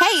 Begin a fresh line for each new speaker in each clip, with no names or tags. Hey,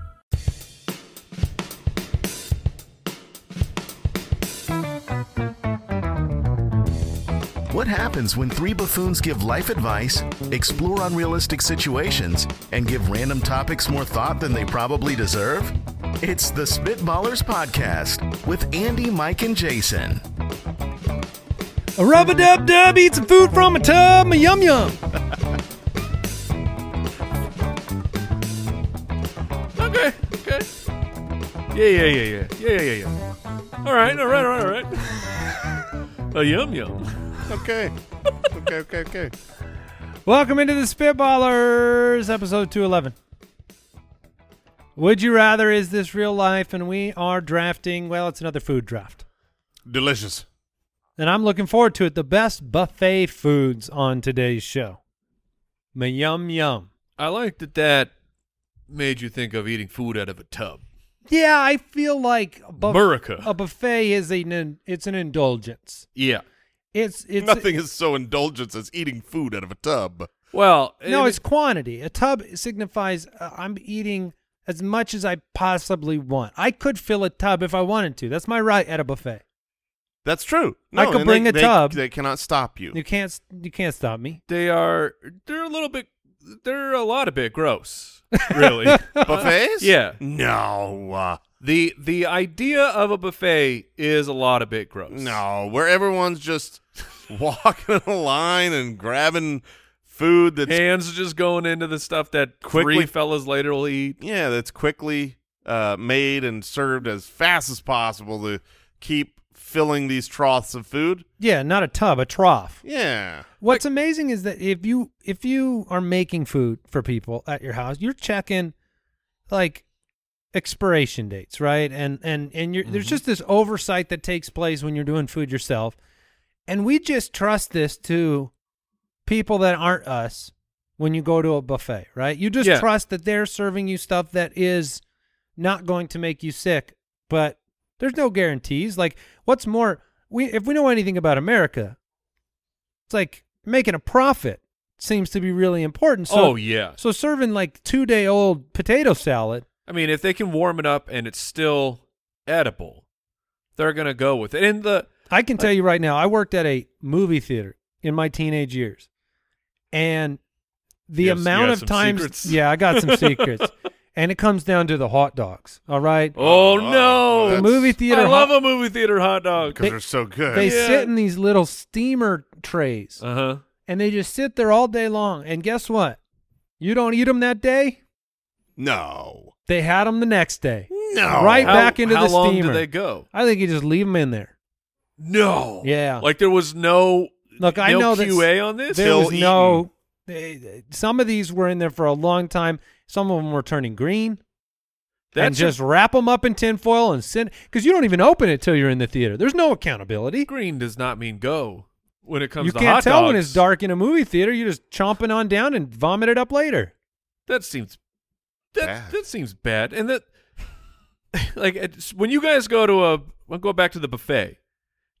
What happens when three buffoons give life advice, explore unrealistic situations, and give random topics more thought than they probably deserve? It's the Spitballers Podcast with Andy, Mike, and Jason.
A rub a dub dub, eat some food from a tub, a yum yum.
Okay, okay. Yeah, yeah, yeah, yeah, yeah, yeah, yeah. yeah. All right, all right, all right, all right. A yum yum.
Okay. okay, okay, okay.
Welcome into the Spitballers, episode 211. Would you rather is this real life? And we are drafting, well, it's another food draft.
Delicious.
And I'm looking forward to it. The best buffet foods on today's show. Ma yum yum.
I like that that made you think of eating food out of a tub.
Yeah, I feel like a, buff-
America.
a buffet is an in- it's an indulgence.
Yeah.
It's it's
Nothing is so indulgent as eating food out of a tub.
Well,
No,
it-
it's quantity. A tub signifies uh, I'm eating as much as I possibly want. I could fill a tub if I wanted to. That's my right at a buffet.
That's true.
I could
and
bring
they,
a
they-
tub.
They cannot stop you.
You can't s- you can't stop me.
they are they're a little bit they're a lot of bit gross, really.
Buffets?
Yeah.
No. uh,
the the idea of a buffet is a lot of bit gross.
no. Where everyone's just walking in a line and grabbing food that's
Hands just going into the stuff that quickly
Three-
fellas later will eat.
yeah, that's quickly uh, made and served as fast as possible to keep filling these troughs of food.
Yeah, not a tub, a trough.
Yeah.
What's amazing is that if you if you are making food for people at your house, you're checking like expiration dates, right? And and and you're, there's just this oversight that takes place when you're doing food yourself, and we just trust this to people that aren't us when you go to a buffet, right? You just
Yeah.
trust that they're serving you stuff that is not going to make you sick, but there's no guarantees. Like what's more, we if we know anything about America, it's like making a profit seems to be really important. So
oh yeah.
so serving like two day old potato salad.
I mean, if they can warm it up and it's still edible, they're gonna go with it. And the
I can tell you right now, I worked at a movie theater in my teenage years, and the
You have- you
amount
had
of
some
times,
secrets.
yeah, I got some secrets, and it comes down to the hot dogs. All right,
oh,
Oh,
no,
the
that's-
movie theater.
I love
hot-
a movie theater hot dog.
Because they, are so good.
They
Yeah.
sit in these little steamer trays,
Uh huh.
and they just sit there all day long. And guess what? You don't eat them that day.
no.
They had them the next day.
No.
Right
How,
back into
how
the
long
steamer.
do they go?
I think you just leave them in there.
No.
Yeah.
Like there was no.
Look, I
no
know that
QA on this.
There
Till
was no. they- Some of these were in there for a long time. Some of them were turning green. and
That's
just wrap them up in tinfoil and send because you don't even open it till you're in the theater. There's no accountability.
green does not mean go when it comes.
You
to
can't
hot
tell
dogs.
when it's dark in a movie theater. You're just chomping on down and vomit it up later.
That seems. That
Bad.
that seems bad. And that, like, it's, when you guys go to a, I'll go back to the buffet.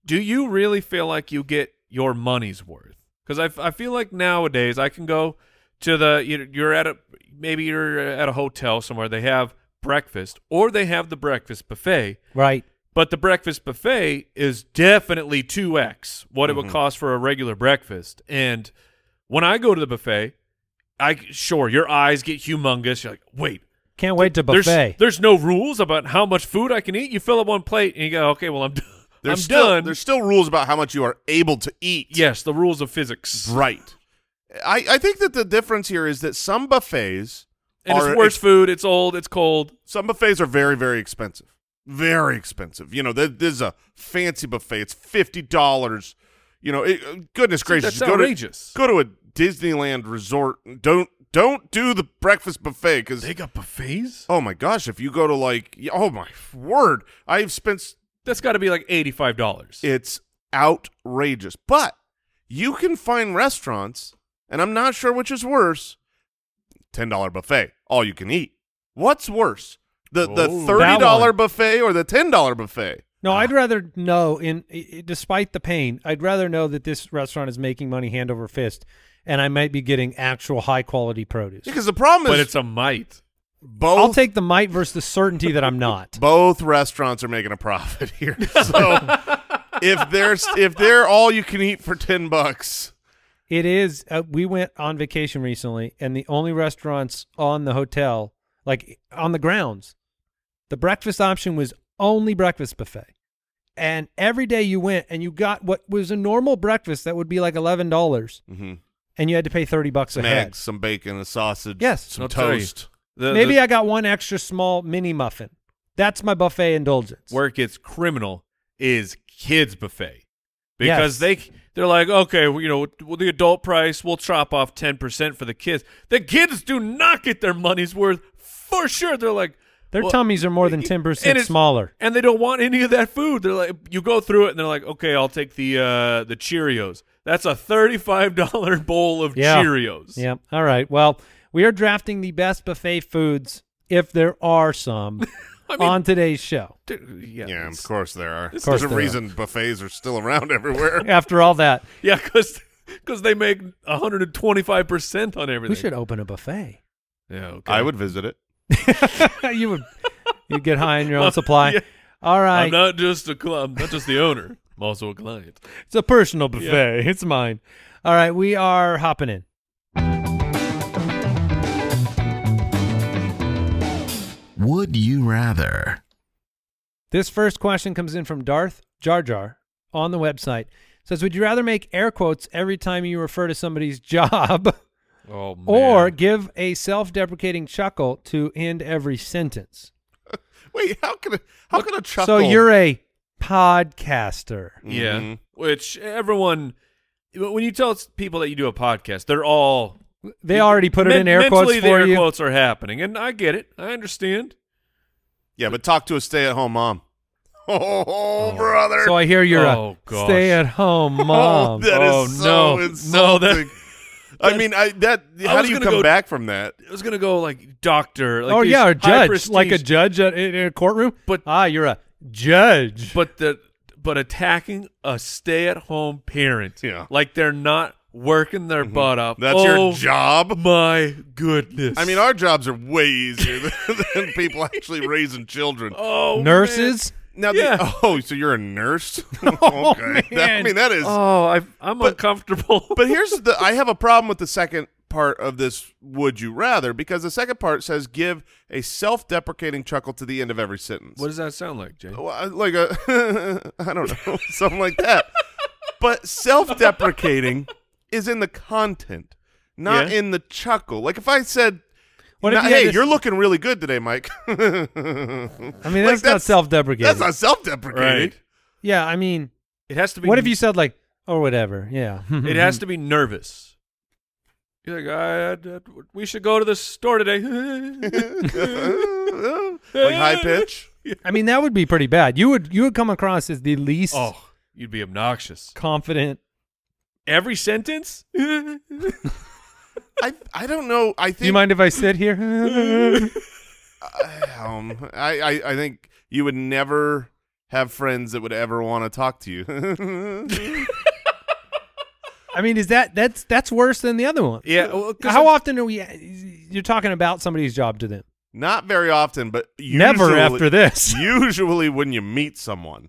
Do you really feel like you get your money's worth? Because I, f- I feel like nowadays I can go to the you- you're at a maybe you're at a hotel somewhere they have breakfast or they have the breakfast buffet
Right.
But the breakfast buffet is definitely 2x what it would
Mm-hmm.
cost for a regular breakfast. And when I go to the buffet, I sure your eyes get humongous. You're like, wait,
Can't wait to
there's
buffet.
there's no rules about how much food I can eat. You fill up one plate and you go, okay, well I'm done.
There's
I'm
still,
done.
There's still rules about how much you are able to eat.
yes, the rules of physics.
Right. I, I think that the difference here is that some buffets
And
are
it's worse
ex-
food. It's old. It's cold.
some buffets are very very expensive. Very expensive. You know, th- this is a fancy buffet. It's fifty dollars. You know, it, goodness gracious,
that's
you go to-
outrageous.
Go to, a Disneyland resort. Don't Don't do the breakfast buffet because
They got buffets?
oh my gosh, if you go to like y- oh my word, I've spent s-
That's got to be like $85.
it's outrageous. But you can find restaurants, and I'm not sure which is worse. Ten dollar buffet, all you can eat. What's worse, the the
Oh.
thirty dollar
That one.
buffet or the ten dollar buffet?
No, I'd rather know in i- i- despite the pain, I'd rather know that this restaurant is making money hand over fist and I might be getting actual high quality produce.
Because the problem is
but it's a mite.
both
I'll take the might versus the certainty that I'm not.
both restaurants are making a profit here. So if they're if they're all you can eat for ten bucks,
It is. Uh, we went on vacation recently, and the only restaurants on the hotel, like on the grounds, the breakfast option was only breakfast buffet. And every day you went and you got what was a normal breakfast that would be like eleven dollars,
Mhm.
and you had to pay thirty bucks a
some
head.
eggs, some bacon, a sausage,
Yes.
some
I'll tell you.
toast.
The,
Maybe
the,
I got one extra small mini muffin. That's my buffet indulgence.
where it gets criminal is kids buffet
Yes.
because they they're like okay well, you know well, the adult price we'll chop off 10% for the kids the kids do not get their money's worth for sure they're like
Their
well,
tummies are more than
and
ten percent
it's-
smaller.
and they don't want any of that food they're like you go through it and they're like okay i'll take the uh the cheerios that's a $35 bowl of
Yeah.
cheerios
Yeah. All right. Well, we are drafting the best buffet foods, if there are some,
I mean-
on today's show.
Dude, yeah
Yeah,
it's-
of course there are.
course
There's a
there are.
reason buffets are still around everywhere.
After all that,
yeah cuz cuz they make 125% on everything
we should open a buffet.
yeah okay
I would visit it.
you would you'd get high on your own supply.
Yeah.
All right.
I'm not just a cl- I'm not just the owner. I'm also a client.
it's a personal buffet. It's mine. All right, we are hopping in.
Would you rather?
This first question comes in from Darth Jar Jar on the website. Says, would you rather make air quotes every time you refer to somebody's job
Oh man.
or give a self-deprecating chuckle to end every sentence?
Wait, how can a, how can a
So
chuckle?
you're a podcaster.
yeah,
Mhm.
which everyone when you tell people that you do a podcast, they're all
They already put it
men-
in air quotes
mentally
for
the air
you.
quotes are happening, and I get it. I understand.
yeah, but talk to a stay-at-home mom. Oh, brother!
So I hear you're
Oh,
a
gosh.
stay-at-home
Oh,
mom.
that
Oh,
is so
no. No, that-
insulting. I mean, I that. How
was
do you
gonna
come
go-
back from that?
It was gonna go like doctor. Like
oh
these
yeah, or
high
judge, like a
prestige-
judge at, in in a courtroom.
But-
ah, you're a judge.
But the but attacking a stay-at-home parent,
Yeah. Mm-hmm.
like they're not working their butt up.
That's
Oh,
your job.
My goodness.
I mean, our jobs are way easier than, than people actually raising children.
oh man.
Nurses.
Now,
yeah.
the, oh, so you're a nurse?
Oh,
That- I
man.
mean, that is.
Oh, I, I'm uncomfortable.
But here's the. I have a problem with the second part of this. Would you rather? Because the second part says give a self-deprecating chuckle to the end of every sentence.
What does that sound like, Jay?
Well, I- like a I don't know something like that. But self-deprecating is in the content, not
Yeah.
in the chuckle. Like if I said,
What if
"Now,
you had
"Hey,
this-
you're looking really good today, Mike." I mean,
I mean, that's not self-deprecating.
That's not self-deprecating.
Right.
yeah, I mean,
It has to be.
what if you mm-hmm. said like or whatever? Yeah.
It has to be nervous. You're like, I, I- we should go to the store today.
like high pitch.
I mean, that would be pretty bad. You would you would come across as the least
oh, you'd be obnoxious.
confident.
Every sentence.
I I don't know. I
Do you
think
mind if I sit here?
um, I, I I think you would never have friends that would ever want to talk to you.
I mean, is that that's that's worse than the other one?
yeah. well, 'cause
How
I'm-
often are we? You're talking about somebody's job to them.
Not very often, but usually,
Never after this.
usually when you meet someone,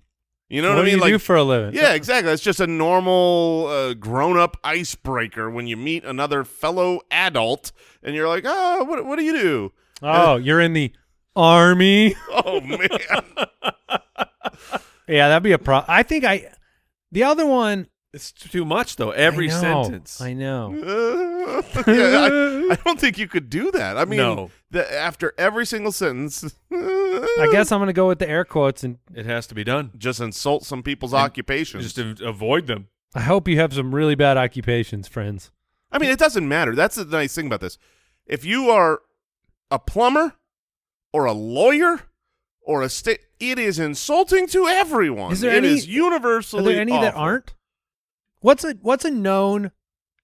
you know
what
what, I
do
mean.
you
like,
do for a living?
yeah, exactly. It's just a normal uh, grown-up icebreaker when you meet another fellow adult, and you're like, "Oh, what, what do you do?"
Oh, you're in the army.
Oh man,
Yeah, that'd be a problem. I think I. The other one.
It's too much though. Every
I know,
sentence.
I
Uh,
know.
yeah, I, I don't think you could do that. I mean,
No.
the, after every single sentence,
I guess I'm gonna go with the air quotes, and
It has to be done.
just insult some people's occupations.
Just av- avoid them.
I hope you have some really bad occupations, friends.
I mean, it doesn't matter. That's the nice thing about this. If you are a plumber or a lawyer or a state, it is insulting to everyone.
Is there
It
any-
is universally.
Are there any that
awful.
aren't? What's a what's a known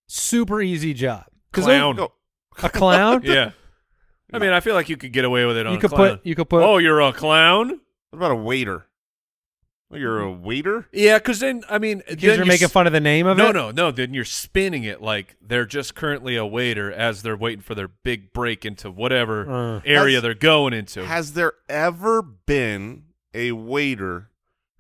super easy job? 'Cause they're-
Clown.
No.
A clown?
Yeah. I mean, I feel like you could get away with it on
You
a
could
clown.
put you could put
oh, you're a clown?
What about a waiter? Well, You're a waiter.
Yeah, because then, I mean, then
because you're making
s-
fun of the name of
No,
it.
no, no. Then you're spinning it like they're just currently a waiter as they're waiting for their big break into whatever
Uh.
area
Has-
they're going into.
Has there ever been a waiter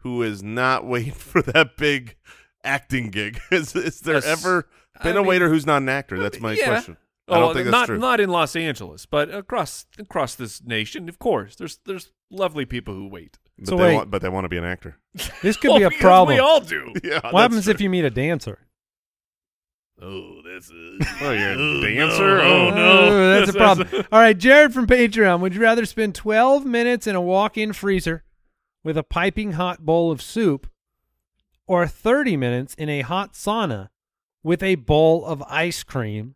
who is not waiting for that big acting gig? Is, is there
Yes.
ever
I
been a
mean-
waiter who's not an actor? That's my
Yeah.
question.
Oh,
I don't think that's
not,
true.
Not in Los Angeles, but across across this nation, of course. There's there's lovely people who wait.
but,
So
they
wait.
want, but they want to be an actor.
This could
Well,
be a
because
problem.
We all do.
Yeah.
what happens if you meet a dancer?
Oh, that's
Oh, you're a
Oh,
dancer?
no.
Oh,
Oh, no.
that's a
That's-
problem.
that's-
All right, Jared from Patreon. Would you rather spend 12 minutes in a walk-in freezer with a piping hot bowl of soup, or 30 minutes in a hot sauna with a bowl of ice cream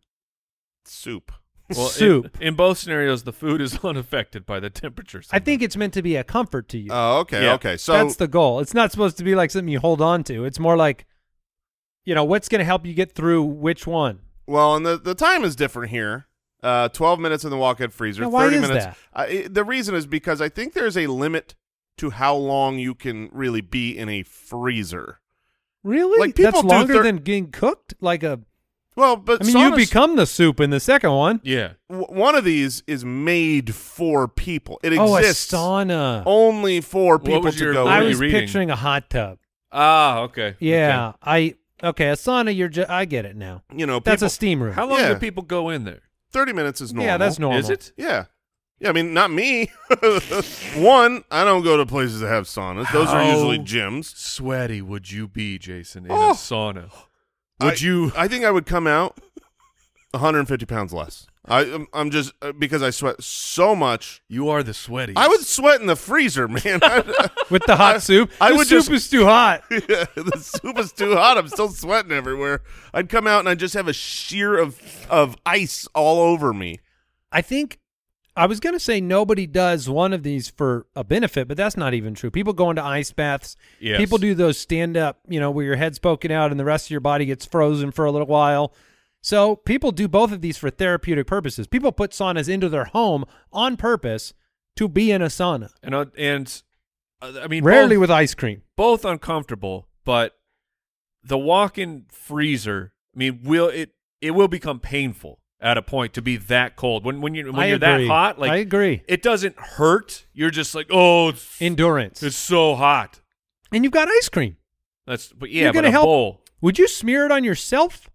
soup.
well, in-
soup?
In, both scenarios, the food is unaffected by the temperature.
I think it's meant to be a comfort to you.
Oh, okay,
Yeah.
okay. So
that's the goal. It's not supposed to be like something you hold on to. It's more like, you know, what's going to help you get through which one?
Well, and the, the time is different here. Uh, 12 minutes in the walk-in freezer,
Now, why
30
is
minutes.
that?
Uh, it- the reason is because I think there's a limit to how long you can really be in a freezer.
Really?
Like, people
that's
do
longer
thir-
than getting cooked. Like a,
Well, but
I mean, you
saunas-
become the soup in the second one.
Yeah.
w- one of these is made for people. It
oh, a
exists Oh,
sauna.
only for people
was
to
your-
go
what
I
were
in.
you
was
reading?
picturing a hot tub.
Ah, okay.
Yeah, I okay. A sauna, you're just. I get it now.
you know,
That's
people-
a steam
Okay.
room.
How long
Yeah.
do people go in there?
30 minutes is normal.
yeah, that's normal.
Is it?
Yeah. Yeah, I mean, not me. One, I don't go to places that have saunas. Those are usually
How
gyms.
Sweaty would you be, Jason, in
Oh.
a sauna? Would
I-
you?
I think I would come out 150 pounds less. I, I'm- I'm just uh, because I sweat so much.
You are the sweaty.
I would sweat in the freezer, man. I,
With the hot
I-
soup,
I
the
would
soup
just-
is too hot.
the soup is too hot. I'm still sweating everywhere. I'd come out and I'd just have a sheer of of ice all over me.
I think I was gonna say nobody does one of these for a benefit, but that's not even true. People go into ice baths.
Yes.
People do those stand up, you know, where your head's poking out and the rest of your body gets frozen for a little while. So people do both of these for therapeutic purposes. People put saunas into their home on purpose to be in a sauna.
And uh, and uh, I mean,
Rarely
both,
with ice cream.
both uncomfortable, but the walk-in freezer. I mean, will it? It will become painful at a point to be that cold when when you when
I
you're
agree.
that hot. Like
I agree.
It doesn't hurt. You're just like, oh, it's,
Endurance.
it's so hot.
and you've got ice cream.
That's but yeah,
You're
but
gonna
a
help-
bowl.
Would you smear it on yourself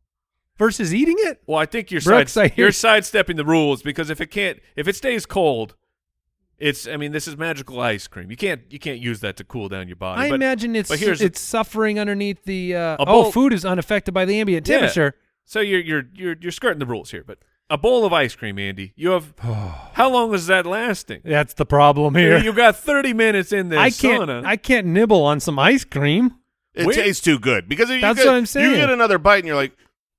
versus eating it?
Well, I think you're
Brooks, I
side,
hear-
you're sidestepping the rules because if it can't if it stays cold, it's I mean this is magical ice cream. You can't you can't use that to cool down your body.
I
but-
imagine it's
but here's
it's suffering underneath the uh,
A
oh
bowl-
food is unaffected by the ambient
Yeah.
temperature.
So you're you're you're you're skirting the rules here, but a bowl of ice cream, Andy. You have how long is that lasting?
That's the problem Oh. here.
You got thirty minutes in this
I can't
sauna.
I can't nibble on some ice cream.
It
Wait.
tastes too good because if you
That's
get,
what I'm saying.
You get another bite and you're like,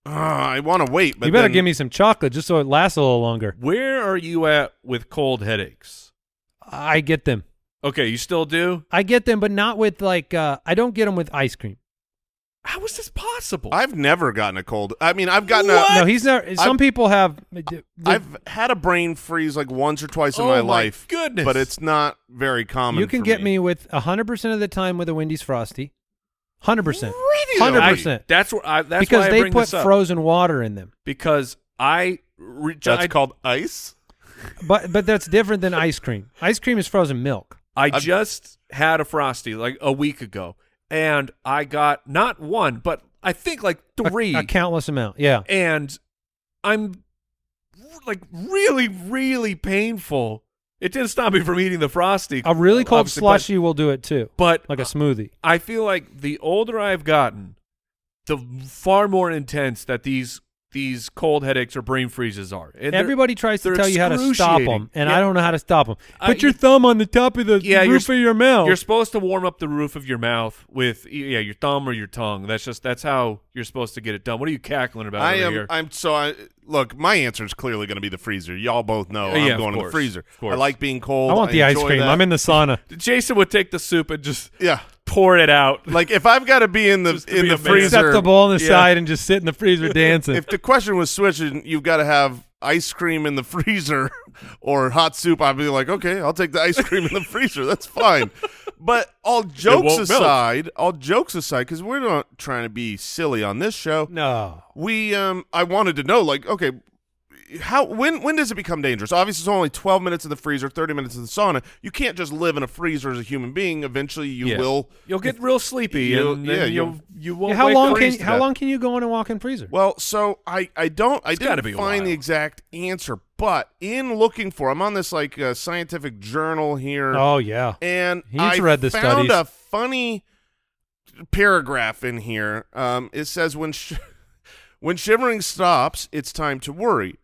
"Ah, I want to wait. But
you better
then-
give me some chocolate just so it lasts a little longer.
Where are you at with cold headaches?
I get them.
Okay, you still do.
I get them, but not with like uh, I don't get them with ice cream.
How is this possible?
I've never gotten a cold. I mean, I've gotten
No,
a.
he's not. Some
I've-
people have. uh,
I've had a brain freeze like once or twice in
Oh
my,
my
life.
goodness.
But it's not very common.
You can
for
get me with hundred percent of the time with a Wendy's frosty, hundred percent,
Really?
hundred
I-
percent.
That's where I. That's
Because
why I
they
bring
put
this up.
frozen water in them,
because I. Re-
That's
I,
called ice.
but but that's different than ice cream. Ice cream is frozen milk.
I
I've-
just had a frosty like a week ago, and I got not one, but I think like
A-
three.
a, countless amount. Yeah,
and I'm like really, really painful. It didn't stop me from eating the frosty.
a really cold
obviously, but-
slushy will do it too,
But,
like a smoothie.
I feel like the older I've gotten, the far more intense that these these cold headaches or brain freezes are. And they're-
Everybody tries to
they're
tell you how to stop them,
excruciating.
and
Yeah.
I don't know how to stop them.
I-
Put your thumb on the top of the
Yeah, you're
roof
s-
of your mouth.
You're supposed to warm up the roof of your mouth with yeah your thumb or your tongue. That's just that's how you're supposed to get it done. What are you cackling about
I
over
am.
here?
I'm so. I look. My answer is clearly going to be the freezer. Y'all both know
Yeah, yeah,
I'm
of
going to the
course,
freezer.
of course.
I like being cold.
I want the ice
enjoy
cream.
that.
I'm in the sauna.
Jason would take the soup and just
Yeah.
pour it out.
Like if I've got to be in the
Just to
in
be
the
a man.
freezer,
Set the ball on the
yeah.
side and just sit in the freezer dancing.
if the question was switching, you've got to have ice cream in the freezer or hot soup. I'd be like, okay, I'll take the ice cream in the freezer. That's fine. But all jokes
won't melt.
aside, all jokes aside, because we're not trying to be silly on this show.
no.
We, um, I wanted to know, like, okay, how when when does it become dangerous? Obviously, it's only twelve minutes in the freezer, thirty minutes in the sauna. You can't just live in a freezer as a human being. Eventually, you
Yeah.
will.
You'll get real sleepy
You'll-
and then
yeah,
you'll you won't.
Yeah, how
wake
long
up.
can
to
how
death.
long can you go in a walk-in freezer?
Well, so I I don't I
It's gotta
didn't
be a
find the
while.
exact answer, but in looking for, I'm on this like uh, scientific journal here,
oh yeah.
and
He's
I
read the
found
studies.
a funny paragraph in here. Um, it says when sh- when shivering stops, it's time to worry.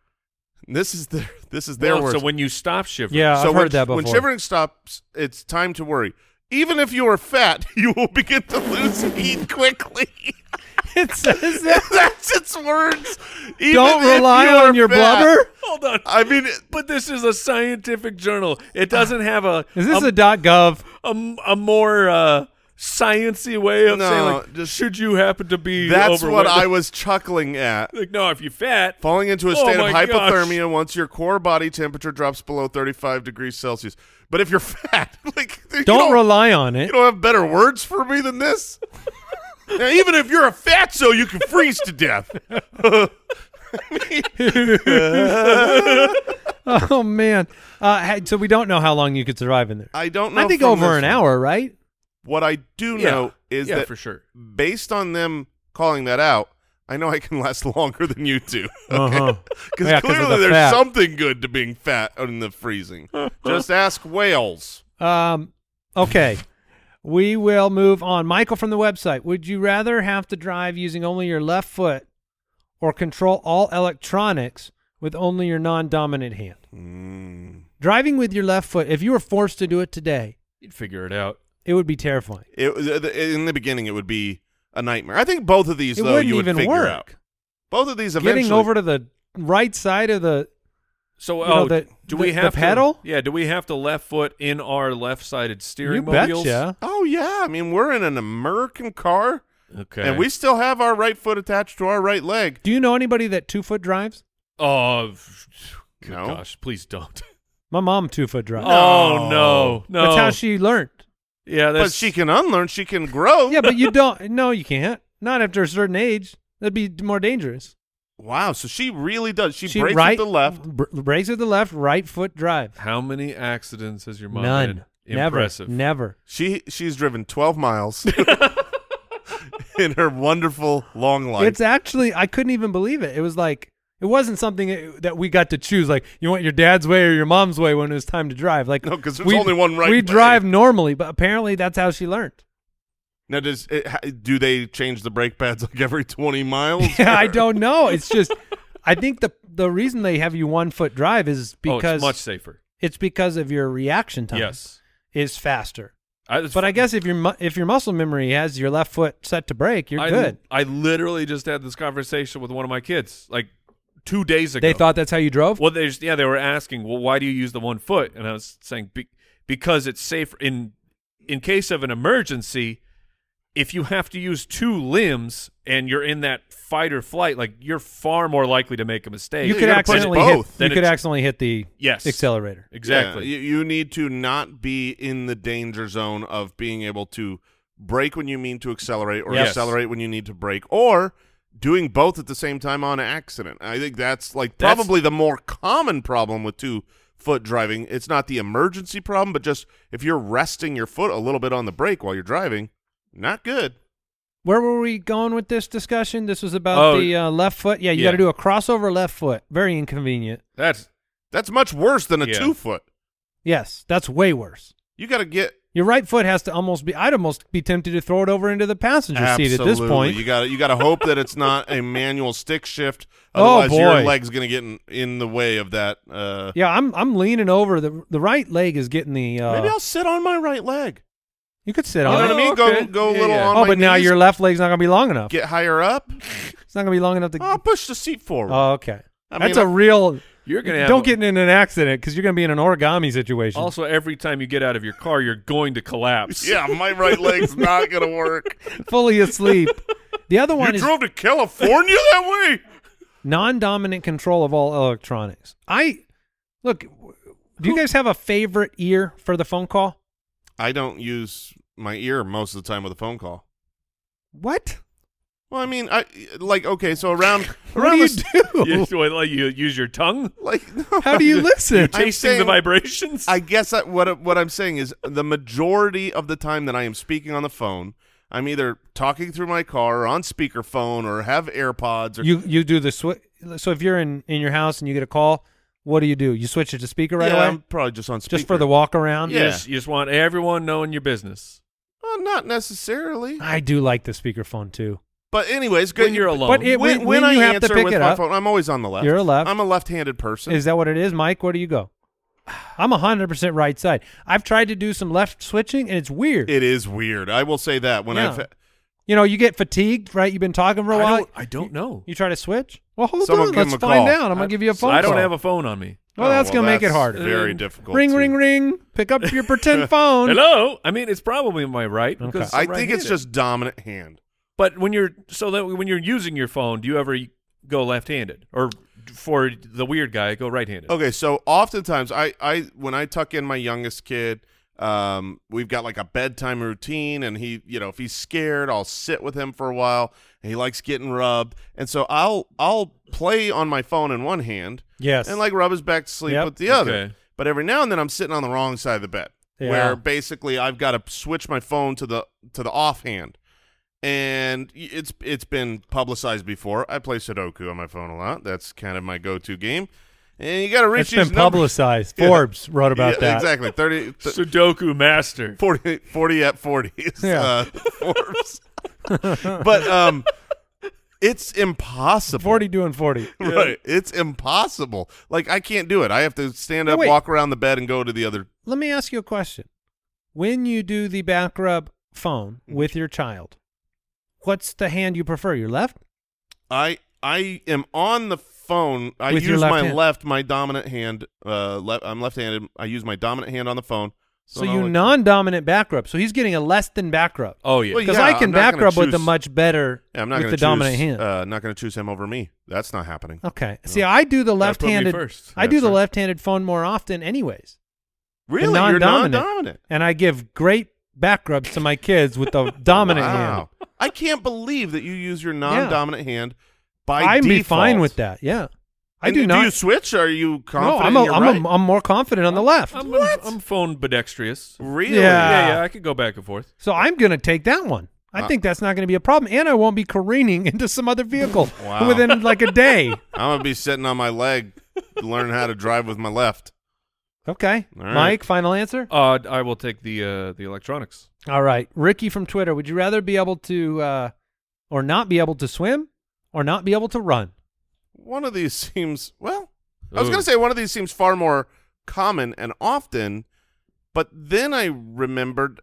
And this is the this is their
Well,
words.
so when you stop shivering,
Yeah, uh, I've
So when,
heard that before.
When shivering stops, it's time to worry. Even if you are fat, you will begin to lose heat quickly.
it says that.
That's its words. Even
Don't
if
rely
you are
on your
fat.
blubber.
hold on.
I mean, it-
But this is a scientific journal. It doesn't have a
Ah. Is this
a,
a dot gov?
a, a more uh, sciency way of
No,
saying like
just-
should you happen to be
that's what
overweight?
I was chuckling at.
like no if you're fat
Falling into a
Oh
state of
my gosh.
hypothermia once your core body temperature drops below 35 degrees Celsius. But if you're fat, like you
Don't,
don't
rely on
you
it.
don't have better words for me than this. now, even if you're a fatso, you can freeze to death.
Oh man. Uh, ha- so we don't know how long you could survive in there.
I don't know.
I think
from
over
this
an
one.
hour, right?
What I do
Yeah.
know is
yeah
that
for sure
based on them calling that out, I know I can last longer than you two. Okay.
Uh-huh.
Because
Yeah, 'cause of
clearly
the
there's
fat.
something good to being fat in the freezing. Just ask whales.
Um, okay. we will move on. Michael from the website. Would you rather have to drive using only your left foot or control all electronics with only your non dominant hand?
Mm.
Driving with your left foot, if you were forced to do it today,
you'd figure it out
it would be terrifying.
It, the- the- in the beginning, it would be a nightmare. I think both of these,
it
though,
wouldn't
you would
even
figure
work.
out. Both of these eventually.
Getting over to the right side of the
so
You know,
oh
the-
do we
the- the
have to-
pedal?
yeah do we have to left foot in our left sided
you
steering mobiles
betcha.
oh, yeah. I mean, we're in an American car,
okay
and we still have our right foot attached to our right leg.
Do you know anybody that two foot drives?
oh f- good
No.
gosh please don't
My mom two foot drives.
oh no no
That's how she learned.
yeah that's
But she can unlearn. She can grow.
Yeah, but you don't. No, you can't. Not after a certain age. That'd be more dangerous.
Wow. So she really does. She, breaks with
right-
the left.
Br- breaks with the left, right foot drive.
how many accidents has your mom
None.
had?
Never.
impressive
Never.
She she's driven 12 miles in her wonderful long life.
it's actually I couldn't even believe it. It was like it wasn't something that we got to choose. Like you want your dad's way or your mom's way when it was time to drive. Like
No, 'cause there's
we-
only one right
We
way.
drive normally, but apparently that's how she learned.
now does it, ha- do they change the brake pads like every 20 miles?
Yeah, I don't know. It's just I think the the reason they have you one foot drive is
oh
because
it's much safer
it's because of your reaction time
yes
is faster.
I, it's
But I
fu-
guess if your mu- if your muscle memory has your left foot set to brake, you're
I,
good.
I literally just had this conversation with one of my kids like two days ago.
They thought that's how you drove.
well, they just, yeah, they were asking, well, why do you use the one foot? And I was saying Be- because it's safe in in case of an emergency. If you have to use two limbs and you're in that fight or flight, like you're far more likely to make a mistake.
you
you
could
gotta push
accidentally
both.
hit.
Then
You could
it's-
accidentally hit the
Yes.
accelerator.
exactly.
Yeah, you, you need to not be in the danger zone of being able to brake when you mean to accelerate or
Yes.
accelerate when you need to brake or doing both at the same time on accident. I think that's like
That's-
probably the more common problem with two foot driving. It's not the emergency problem, but just if you're resting your foot a little bit on the brake while you're driving, not good.
Where were we going with this discussion? This was about
Oh,
the uh, left foot. Yeah, you
yeah.
got to do a crossover left foot. Very inconvenient.
That's
That's much worse than a
Yeah.
two foot.
Yes, that's way worse.
You got to get
Your right foot has to almost be. I'd almost be tempted to throw it over into the passenger seat at this
Absolutely.
point.
You got you got to hope that it's not a manual stick shift.
Oh,
Otherwise, your
boy.
leg's gonna get in, in the way of that. Uh,
yeah, I'm I'm leaning over. the The right leg is getting the. Uh,
Maybe I'll sit on my right leg.
you could sit
You
on
know
it.
what I mean?
Oh, okay.
Go go a
Yeah,
little
yeah.
on
Oh,
my
but now
knees,
your left leg's not gonna be long enough.
get higher up.
It's not gonna be long enough to.
I'll push the seat forward.
oh, okay.
I
That's
mean,
a real.
You're gonna have
don't
a-
get in an accident because you're gonna be in an origami situation.
Also, every time you get out of your car, you're going to collapse.
yeah, my right leg's not gonna work.
fully asleep. The other
you
one is
drove to California that way.
non-dominant control of all electronics. I look. Do you guys have a favorite ear for the phone call?
I don't use my ear most of the time with a phone call.
What?
Well, I mean, I like okay, so around
What do
around
you
this,
do?
You, what, like, you use your tongue,
like no,
How do you listen?
I'm
tasting the
saying-
vibrations.
I guess I, what what I'm saying is the majority of the time that I am speaking on the phone, I'm either talking through my car or on speakerphone or have AirPods or
you you do the switch. So if you're in in your house and you get a call, what do you do? You switch it to speaker right
yeah,
away,
I'm probably just on speaker.
just for the walk around.
you,
yeah.
just, you just want everyone knowing your business
Well, Oh, not necessarily,
I do like the speakerphone too.
but anyways, good.
when you're alone.
But it-
when,
when-
when
when you
I
have to
answer
pick
with
it
my
up-
phone, I'm always on the left.
You're a left.
I'm a left-handed person.
Is that what it is, Mike? Where do you go? I'm 100% right side. I've tried to do some left switching and it's weird.
it is weird. I will say that when
Yeah.
I've
you know, you get fatigued, right? You've been talking for a
I
while.
don't, I don't know.
You try to switch? Well, hold
Someone
on.
give him
Let's
a
find
call.
out. I'm
I-
gonna give you a
so
phone.
I don't
call.
have a phone on me.
Well,
Oh,
that's gonna make it
that's
harder.
Very difficult.
ring,
to-
ring, ring. Pick up your pretend phone.
Hello. I mean, it's probably my right.
Okay.
Because
I
I'm
think it's
right-handed.
just dominant hand.
But when you're so that when you're using your phone, do you ever go left-handed, or for the weird guy, go right-handed?
Okay, so oftentimes I, I when I tuck in my youngest kid, um, we've got like a bedtime routine, and he, you know, if he's scared, I'll sit with him for a while. And he likes getting rubbed, and so I'll I'll play on my phone in one hand
Yes.
and like rub his back to sleep
Yep.
with the other.
Okay.
But every now and then I'm sitting on the wrong side of the bed,
Yeah.
where basically I've got to switch my phone to the to the offhand. And y- it's it's been publicized before. I play Sudoku on my phone a lot. That's kind of my go-to game. And you got to reach
it's been
these numbers.
publicized.
Yeah.
Forbes wrote about that.
Yeah, Exactly. 30, th-
Sudoku master.
40, 40 at 40 is
Yeah.
uh, Forbes. but um, it's impossible.
Forty doing forty. Uh,
Right. It's impossible. Like, I can't do it. I have to stand
No,
up,
wait.
walk around the bed, and go to the other.
Let me ask you a question. When you do the back rub phone
Mm-hmm.
with your child, what's the hand you prefer? Your left?
I I am on the phone. I
With your
use
left
my
hand.
left, my dominant hand. Uh, le- I'm left-handed. I use my dominant hand on the phone.
So you
like-
non-dominant back rub. So he's getting a less than back rub.
Oh yeah.
Well,
Because
yeah,
I
I'm
can
not
back
gonna
rub with
choose-
the much better
Yeah, I'm not
with
gonna
the
choose,
dominant hand. Uh,
Uh, not going to choose him over me. That's not happening.
Okay. See, I do the
Gotta put me
left-handed.
first.
I do
That's
the
right.
left-handed phone more often, anyways,
Really, you're
non-dominant.
non-dominant.
and I give great back rubs to my kids with the dominant hand.
Wow. I can't believe that you use your non-dominant hand by
I'd
default.
be fine with that. Yeah, I
And
do not.
you switch? Are you
no,
confident?
I'm a,
you're
I'm,
right?
a, I'm more confident on the left,
I'm, I'm phone bedextrous.
really?
Yeah.
Yeah, yeah. I could go back and forth.
so I'm gonna take that one. I
Uh,
think that's not going to be a problem, and I won't be careening into some other vehicle
Wow.
within like a day.
I'm gonna be sitting on my leg, learning how to drive with my left.
Okay,
All right.
Mike. Final answer.
Uh, I will take the uh, the electronics.
Oh.
All right, Ricky from Twitter. Would you rather be able to, uh, or not be able to swim, or not be able to run?
One of these seems well. I was
Ooh.
gonna say one of these seems far more common and often, but then I remembered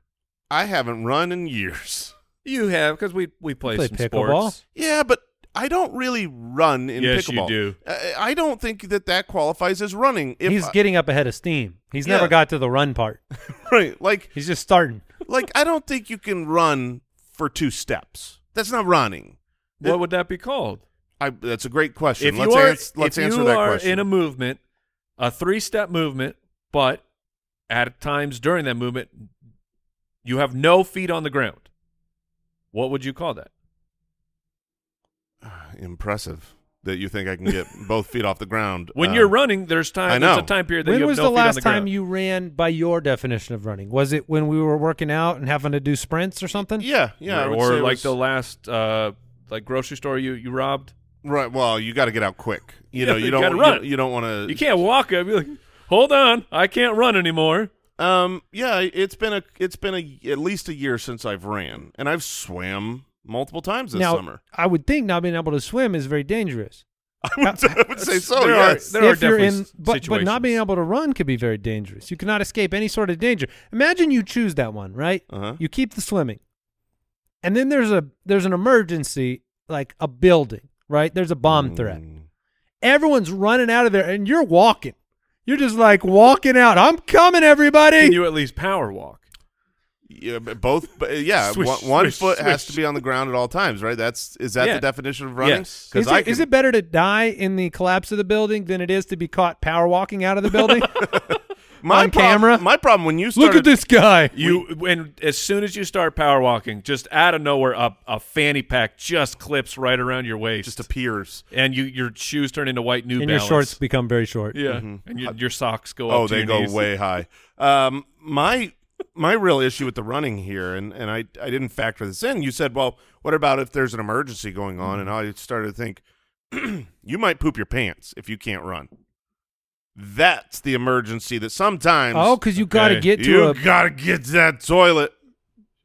I haven't run in years.
You have because we we play,
Play
some
pickleball.
sports.
Yeah, but I don't really run in
Yes, you
pickleball.
do.
I, I don't think that that qualifies as running. If
he's
I-
getting up ahead of steam. He's
Yeah.
never got to the run part.
right, like
He's just starting.
like I don't think you can run for two steps. That's not running.
What would that be called?
I, that's a great question.
If
let's
you are,
ans- let's
if
answer
you
that
are
question.
in a movement, a three step movement, but at times during that movement, you have no feet on the ground. What would you call that?
Impressive that you think I can get both feet off the ground
When
Um,
you're running, there's time.
I
There's
know.
a time period that you
When
have
was
no
the
feet
last
on the
time
ground.
you ran by your definition of running? Was it when we were working out and having to do sprints or something?
Yeah, yeah. I
or,
would say it
like
was-
the last uh, like grocery store you you robbed.
right. Well, you got to get out quick. You
Yeah,
know,
you
you don't
gotta
you-
run.
You, don't want to.
You can't walk up. You're like, hold on, I can't run anymore.
Um, yeah, it's been a it's been a at least a year since I've ran, and I've swam multiple times this
now,
summer.
I would think not being able to swim is very dangerous.
I would, I would say so.
There
yes.
are, there are
if you're
definitely
in,
s-
but, but not being
situations.
able to run could be very dangerous. You cannot escape any sort of danger. Imagine you choose that one, right?
Uh-huh.
You keep the swimming, and then there's a there's an emergency, like a building, right? There's a bomb threat.
Mm.
Everyone's running out of there, and you're walking. You're just like walking out. I'm coming, everybody.
Can you at least power walk?
Yeah, but both. But uh, yeah,
Swish,
one, one
swish,
foot has
swish.
to be on the ground at all times, right? That's is that
Yeah.
the definition of running?
Yes.
is,
I
it, is
can-
it better to die in the collapse of the building than it is to be caught power walking out of the building?
my
on
prob-
camera?
My problem when you
Look at
started
this guy.
You and as soon as you start power walking, just out of nowhere, a, a fanny pack just clips right around your waist,
just appears.
and you your shoes turn into white New
and your
Balance.
shorts Mm-hmm. become very short.
yeah, and your, your socks go.
Oh,
up to
they
your
go
knees.
way high. Um, my my real issue with the running here, and, and I, I didn't factor this in. You said, well, what about if there's an emergency going on? And I started to think, you might poop your pants if you can't run. That's the emergency that sometimes
Oh, because you got to
Okay.
get to
you
a.
gotta get to that toilet.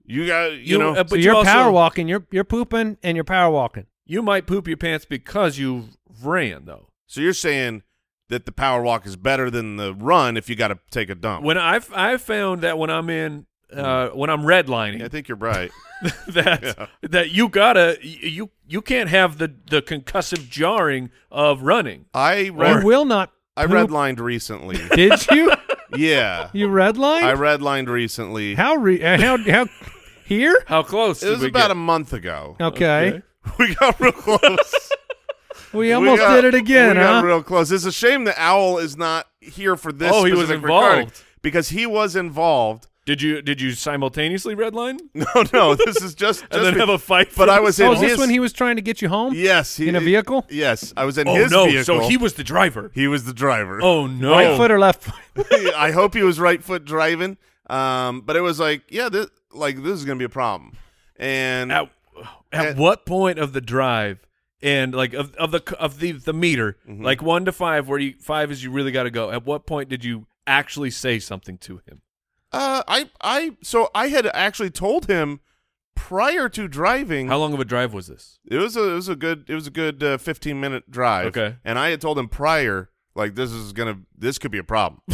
You got you,
You,
know
uh, but
so
you
you're
also-
power walking. You're you're pooping and you're power walking.
You might poop your pants because you ran though.
So you're saying that the power walk is better than the run if you got to take a dump?
When I've I've found that when I'm in
Mm.
uh, when I'm redlining,
Yeah, I think you're right.
that that you gotta y- you you can't have the the concussive jarring of running.
I
You
read,
will not.
I
poop.
redlined recently.
Did you?
yeah,
You redlined?
I redlined recently.
how re- uh, how how here?
How close?
it
did
was
we
about
get? Oh.
a month ago.
Okay.
We got real close.
We almost
got-
did it again,
We
huh?
got real close. It's a shame that Owl is not here for this.
Oh, he was
specific recording,
involved.
because he was involved.
Did you did you simultaneously redline
No, no, this is just. just
and then
be-
have a fight?
but
for
I
a
was
oh,
second?
in
is this
his-
when he was trying to get you home?
Yes, he,
In a vehicle?
Yes, I was in
Oh
his
no!
vehicle.
So he was the driver.
he was the driver.
Oh no!
Right foot or left foot?
I hope he was right foot driving. Um, but it was like, yeah, this like this is gonna be a problem. And
At, at
At-
what point of the drive and like of, of the of the the meter,
Mm-hmm.
like one to five, where you five is you really got to go. At what point did you actually say something to him?
uh, I I so I had actually told him prior to driving.
How long of a drive was this?
it was a it was a good it was a good uh, fifteen minute drive.
Okay.
and I had told him prior like this is gonna this could be a problem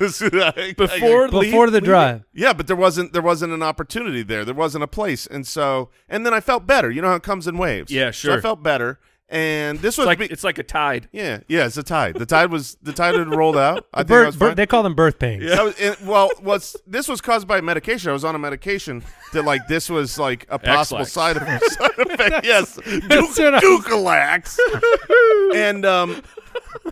This- I- I-
Before
Before
leave-
the
leaving?
drive.
Yeah, but there wasn't there wasn't an opportunity there. There wasn't a place, and so and then I felt better. You know how it comes in waves.
Yeah,
So I
sure.
felt better, and this
It's
was
like
be-
it's like a tide.
Yeah, yeah, it's the tide. The tide was the tide had rolled out. I
The
think
birth-
I was
birth-
fine.
they call them birth pains.
I was- and- well, what's this was caused by medication. I was on a medication that like this was like a possible
Ex-lax.
side, effect- side effect. yes,
That's what I-
Ducalax, and um,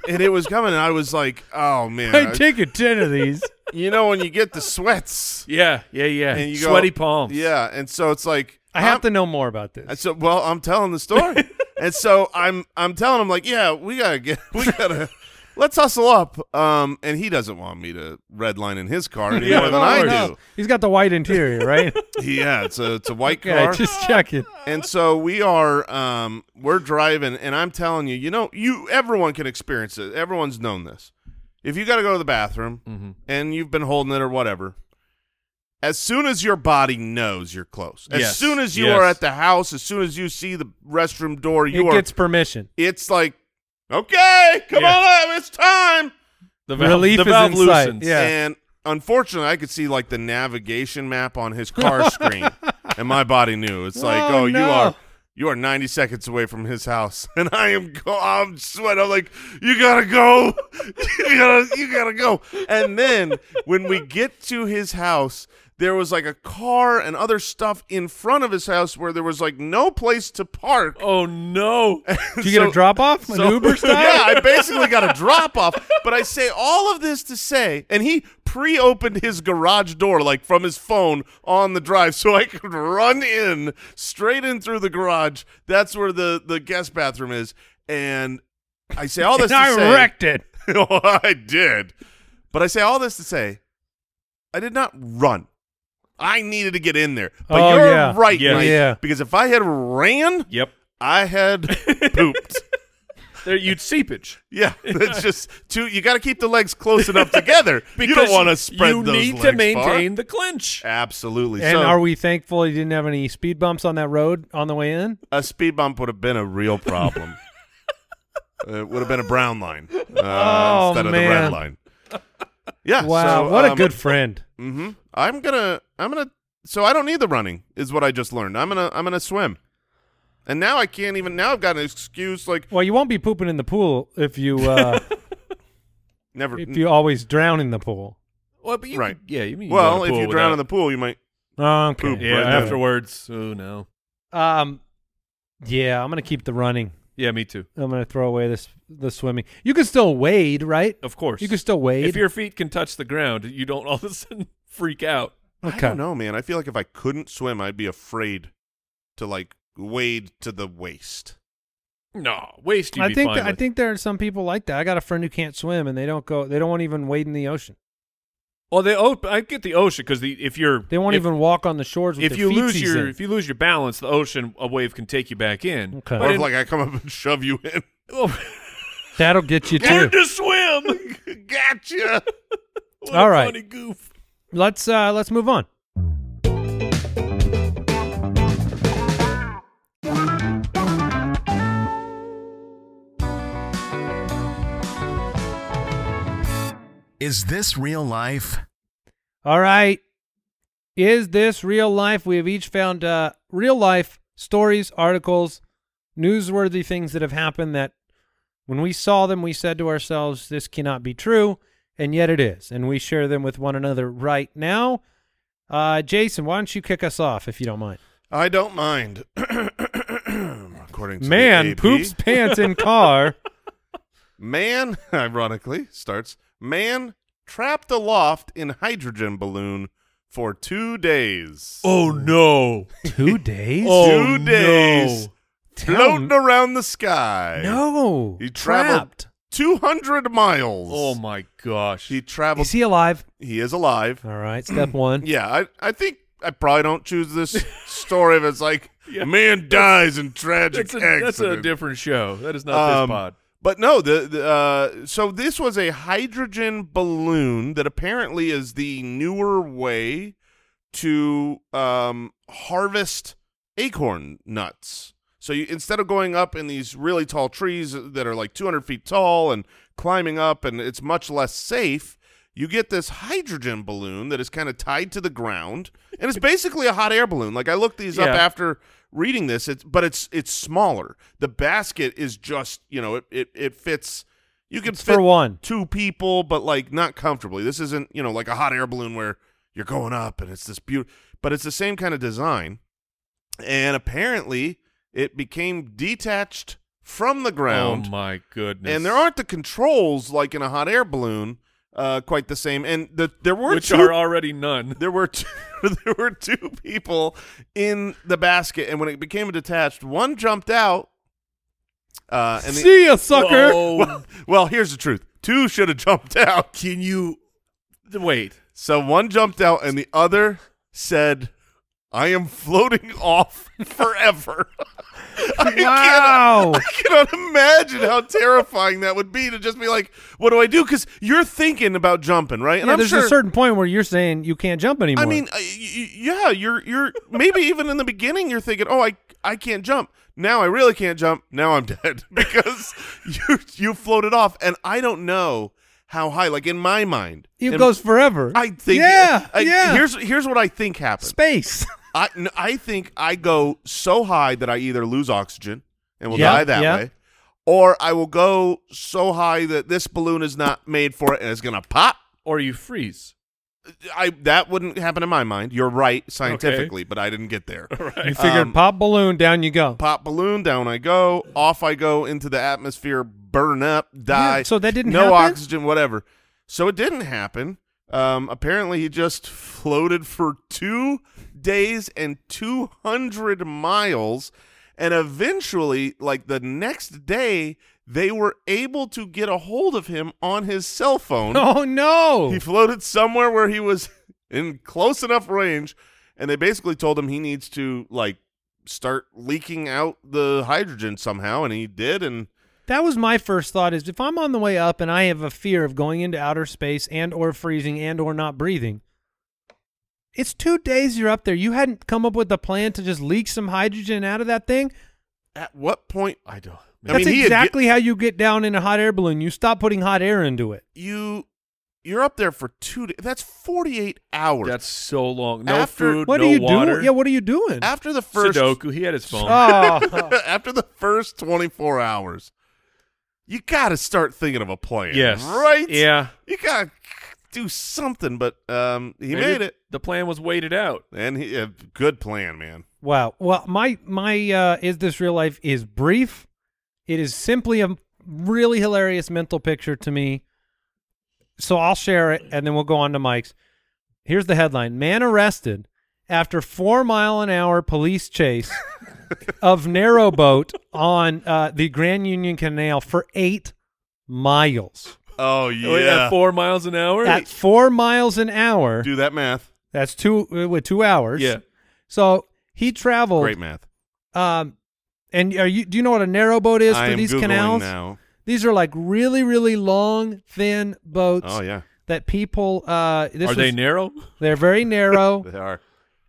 and it was coming, and I was like, oh man,
I take a ten of these.
you know when you get the sweats
Yeah, yeah, yeah.
and you go
Sweaty palms.
yeah, and so it's like
I have
I'm-
to know more about this.
and so well, I'm telling the story, and so I'm I'm telling him like, yeah, we gotta get, we gotta, let's hustle up. Um, and he doesn't want me to redline in his car any more than I
No. He's got the white interior, right?
do. Yeah, it's a it's a white
okay,
car,
just checking.
and so we are um we're driving, and I'm telling you, you know, you everyone can experience it. Everyone's known this. If you gotta go to the bathroom and you've been holding it or whatever. As soon as your body knows you're close, as
Yes,
soon as you
yes.
are at the house, as soon as you see the restroom door, you
it
are
gets permission.
it's like, okay, come
Yeah.
on up, it's time.
The valve,
Relief
the
is
valve
in sight.
loosens.
Yeah.
And unfortunately, I could see like the navigation map on his car screen, and my body knew. It's like,
Oh,
oh, you
no.
are. You are 90 seconds away from his house, and I am go- I'm sweating. I'm like, you gotta go, you gotta, you gotta go. And then when we get to his house, there was like a car and other stuff in front of his house where there was like no place to park.
Oh no!
Did you get a drop off? An
So-
Uber style?
Yeah, I basically got a drop off. But I say all of this to say, and he pre-opened his garage door like from his phone on the drive, so I could run in straight in through the garage. That's where the the guest bathroom is, and I say all this.
And I
to say,
wrecked it.
oh, I did. But I say all this to say, I did not run. I needed to get in there. But
Oh,
you're
yeah.
right,
Yeah.
Mike,
Yeah.
because if I had ran,
yep.
I had pooped.
There, you'd seepage.
Yeah, it's just two. You got to keep the legs close enough together. you don't want to spread
You
those
need
legs
to
far.
maintain the clinch.
Absolutely.
And
so
are we thankful he didn't have any speed bumps on that road on the way in?
a speed bump would have been a real problem. it would have been a brown line uh,
Oh,
instead of the
man.
red line. Yeah.
Wow,
so,
what a
um,
good friend.
mhm. I'm gonna. I'm gonna. So I don't need the running. Is what I just learned. I'm gonna. I'm gonna swim. And now I can't even. Now I've got an excuse. Like
Well, you won't be pooping in the pool if you uh,
never.
if you always drown in the pool.
Well, but you
Right.
Could, yeah, you mean
well, if you drown in the pool, you might.
Okay.
Poop,
yeah
right there.
afterwards. Oh no.
Um, yeah, I'm gonna keep the running.
Yeah, me too.
I'm gonna throw away this the swimming. You can still wade, right?
Of course,
You can still wade.
If your feet can touch the ground, you don't all of a sudden freak out.
I don't know, man. I feel like if I couldn't swim, I'd be afraid to like wade to the waist.
No, waste. You'd
I
be
think
fine
th- I
with.
think there are some people like that. I got a friend who can't swim and they don't go. They don't want to even wade in the ocean.
Well, they. Oh, I get the ocean because the if you're
They won't
if,
even walk on the shores. With
If
their
you lose
feetsies
your
in.
if you lose your balance, the ocean a wave can take you back in.
Okay.
But
Or if
in-
like I come up and shove you in.
oh,
that'll get you too.
learn to swim.
gotcha.
What
All
a
right.
funny goof.
let's uh let's move on.
Is this real life?
All right. Is this real life? We have each found uh, real life stories, articles, newsworthy things that have happened that when we saw them, we said to ourselves, this cannot be true. And yet it is. And we share them with one another right now. Uh, Jason, why don't you kick us off if you don't mind?
I don't mind. According to the
Man
AP,
poops pants in car.
Man, ironically, starts man trapped aloft in hydrogen balloon for two days.
Oh no.
Two days?
Oh,
Two days.
no.
floating around the sky.
No.
He traveled
trapped.
two hundred miles.
Oh my gosh.
He traveled. Mm.
Is he alive?
he is alive.
All right. Step one.
Yeah, I I think I probably don't choose this story if it's like
Yeah.
a man dies in tragic
that's, a,
accident.
that's a different show. That is not
Um,
this pod.
But no, the, the uh, so this was a hydrogen balloon that apparently is the newer way to um, harvest acorn nuts. So you, instead of going up in these really tall trees that are like 200 feet tall and climbing up, and it's much less safe, you get this hydrogen balloon that is kind of tied to the ground, and it's basically a hot air balloon. Like I looked these up
Yeah.
after reading this, it's, but it's it's smaller. The basket is just you know it it, it fits. You can
It's
fit
for one.
two people, but like not comfortably. This isn't you know like a hot air balloon where you're going up and it's this beautiful, but it's the same kind of design. And apparently, it became detached from the ground.
Oh my goodness.
And there aren't the controls like in a hot air balloon, uh, quite the same. And the, there were
which
two,
are already none.
there were two, there were two people in the basket, and when it became detached, one jumped out. Uh, and the,
See ya, sucker.
Whoa.
well, here's the truth: two should have jumped out.
Can you wait?
So one jumped out, and the other said, "I am floating off forever." I
Wow.
Cannot, I cannot imagine how terrifying that would be to just be like, "What do I do?" Because you're thinking about jumping, right?
yeah, there's a certain point where you're saying you can't jump anymore.
I mean, uh, y- y- yeah, you're you're maybe even in the beginning you're thinking, "Oh, I I can't jump." Now I really can't jump. Now I'm dead because you you floated off and I don't know how high like in my mind.
it
in-
goes forever.
I think
Yeah,
I-
yeah.
here's here's what I think happened.
space.
I n- I think I go so high that I either lose oxygen and will
Yeah,
die that
yeah.
way, or I will go so high that this balloon is not made for it and it's gonna pop.
Or you freeze?
I that wouldn't happen in my mind. You're right scientifically, but I didn't get there.
you figured
Um,
pop balloon down you go.
Pop balloon, down I go, off I go into the atmosphere, burn up, die.
Yeah, so that didn't
no
happen?
oxygen, whatever. So it didn't happen. Um, apparently, he just floated for two days and two hundred miles, and eventually, like the next day, they were able to get a hold of him on his cell phone.
Oh no.
He floated somewhere where he was in close enough range, and they basically told him he needs to like start leaking out the hydrogen somehow, and he did, and
that was my first thought is if I'm on the way up and I have a fear of going into outer space and or freezing and or not breathing, it's two days you're up there. You hadn't come up with a plan to just leak some hydrogen out of that thing.
At what point?
I don't.
I
That's
mean, he had get-
exactly how you get down in a hot air balloon. You stop putting hot air into it.
you you're up there for two days. That's 48 hours.
That's so long. No
After-
food,
What
no
are you
water.
doing? Yeah, what are you doing?
after the first
Sudoku. He had his phone.
Oh,
after the first 24 hours. You got to start thinking of a plan.
yes.
Right?
Yeah.
You got to do something, but um he
Maybe
made it.
The plan was waited out.
And he a good plan, man.
wow. Well, my my uh, is this real life is brief. It is simply a really hilarious mental picture to me. So I'll share it, and then we'll go on to Mike's. Here's the headline: Man arrested after four mile an hour police chase of narrowboat on uh, the Grand Union Canal for eight miles.
Oh
Wait, at four miles an hour.
At four miles an hour,
do that math.
that's two uh, with two hours.
yeah.
So he traveled.
Great math.
Um, and are you? Do you know what a narrow boat is
I
for
am
these
Googling
canals?
now.
These are like really, really long, thin boats
Oh yeah,
that people. Uh, this
Are
was-
they narrow?
They're very narrow,
they are.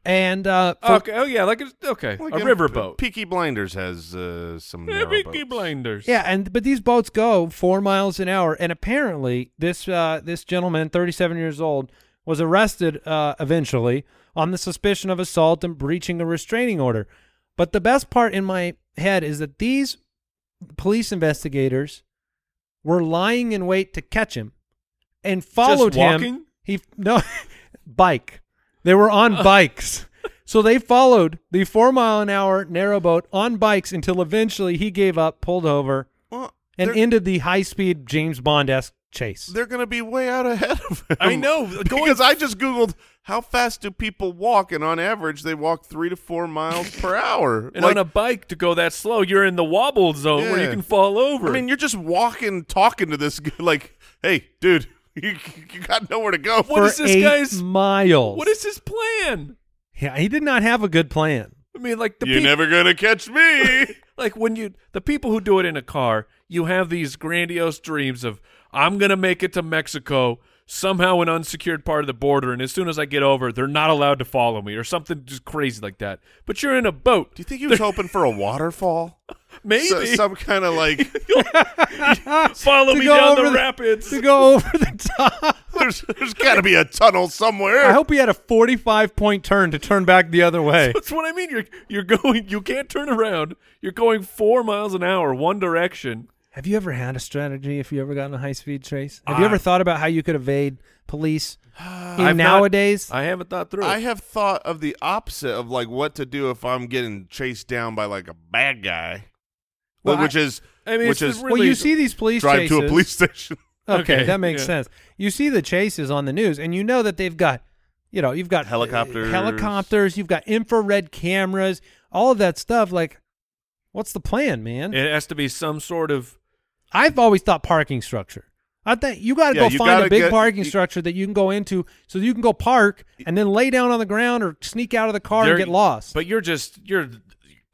and uh, for-
Okay. Oh yeah. Like it's, okay.
Like
a
in-
riverboat.
Peaky Blinders has uh, some.
Eh,
narrow
Peaky
boats.
blinders.
yeah, and but these boats go four miles an hour, and apparently this uh, this gentleman, thirty-seven years old, was arrested uh, eventually on the suspicion of assault and breaching a restraining order. But the best part in my head is that these police investigators were lying in wait to catch him and followed him.
walking?
He no bike. They were on bikes. So they followed the four mile an hour narrowboat on bikes until eventually he gave up, pulled over,
Well,
and
they're,
ended the high speed James Bond esque chase.
they're going to be way out ahead of him.
I know, going-
because I just googled how fast do people walk, and on average they walk three to four miles per hour.
And on a bike to go that slow, you're in the wobble zone where you
Yeah.
can fall over.
I mean, you're just walking, talking to this g- like, "Hey, dude, you, you got nowhere to go."
What
for
is this
eight
guy's-
miles?
what is his plan?
Yeah, he did not have a good plan.
I mean, like the
You're
peop-
never gonna catch me.
like when you the people who do it in a car, you have these grandiose dreams of I'm gonna make it to Mexico somehow an unsecured part of the border, and as soon as I get over, they're not allowed to follow me or something just crazy like that. But you're in a boat,
do you think he was hoping for a waterfall?
maybe
So- some kind of like
follow
To
me
go
down the
over the-
rapids.
To go over the top.
there's there's got to be a tunnel somewhere.
I hope he had a 45 point turn to turn back the other way.
That's what I mean. You're you're going. You can't turn around. You're going four miles an hour one direction.
Have you ever had a strategy if you ever gotten a high speed chase? Have you ever thought about how you could evade police in
I've not-
nowadays?
I haven't thought through. it.
I have thought of the opposite of like what to do if I'm getting chased down by like a bad guy,
Well,
which is
I mean,
which
it's
is
the
well,
really-
you see these police
drive
chases.
to a police station.
Okay,
Okay,
that makes
yeah.
sense. You see the chases on the news, and you know that they've got, you know, you've got uh,
Helicopters.
helicopters, you've got infrared cameras, all of that stuff. Like, what's the plan, man?
It has to be some sort of
I've always thought parking structure. I think you got to
Yeah,
go
you
find a
gotta
big
get-
parking
you-
structure that you can go into, so you can go park and then lay down on the ground or sneak out of the car
There-
and get lost.
But you're just you're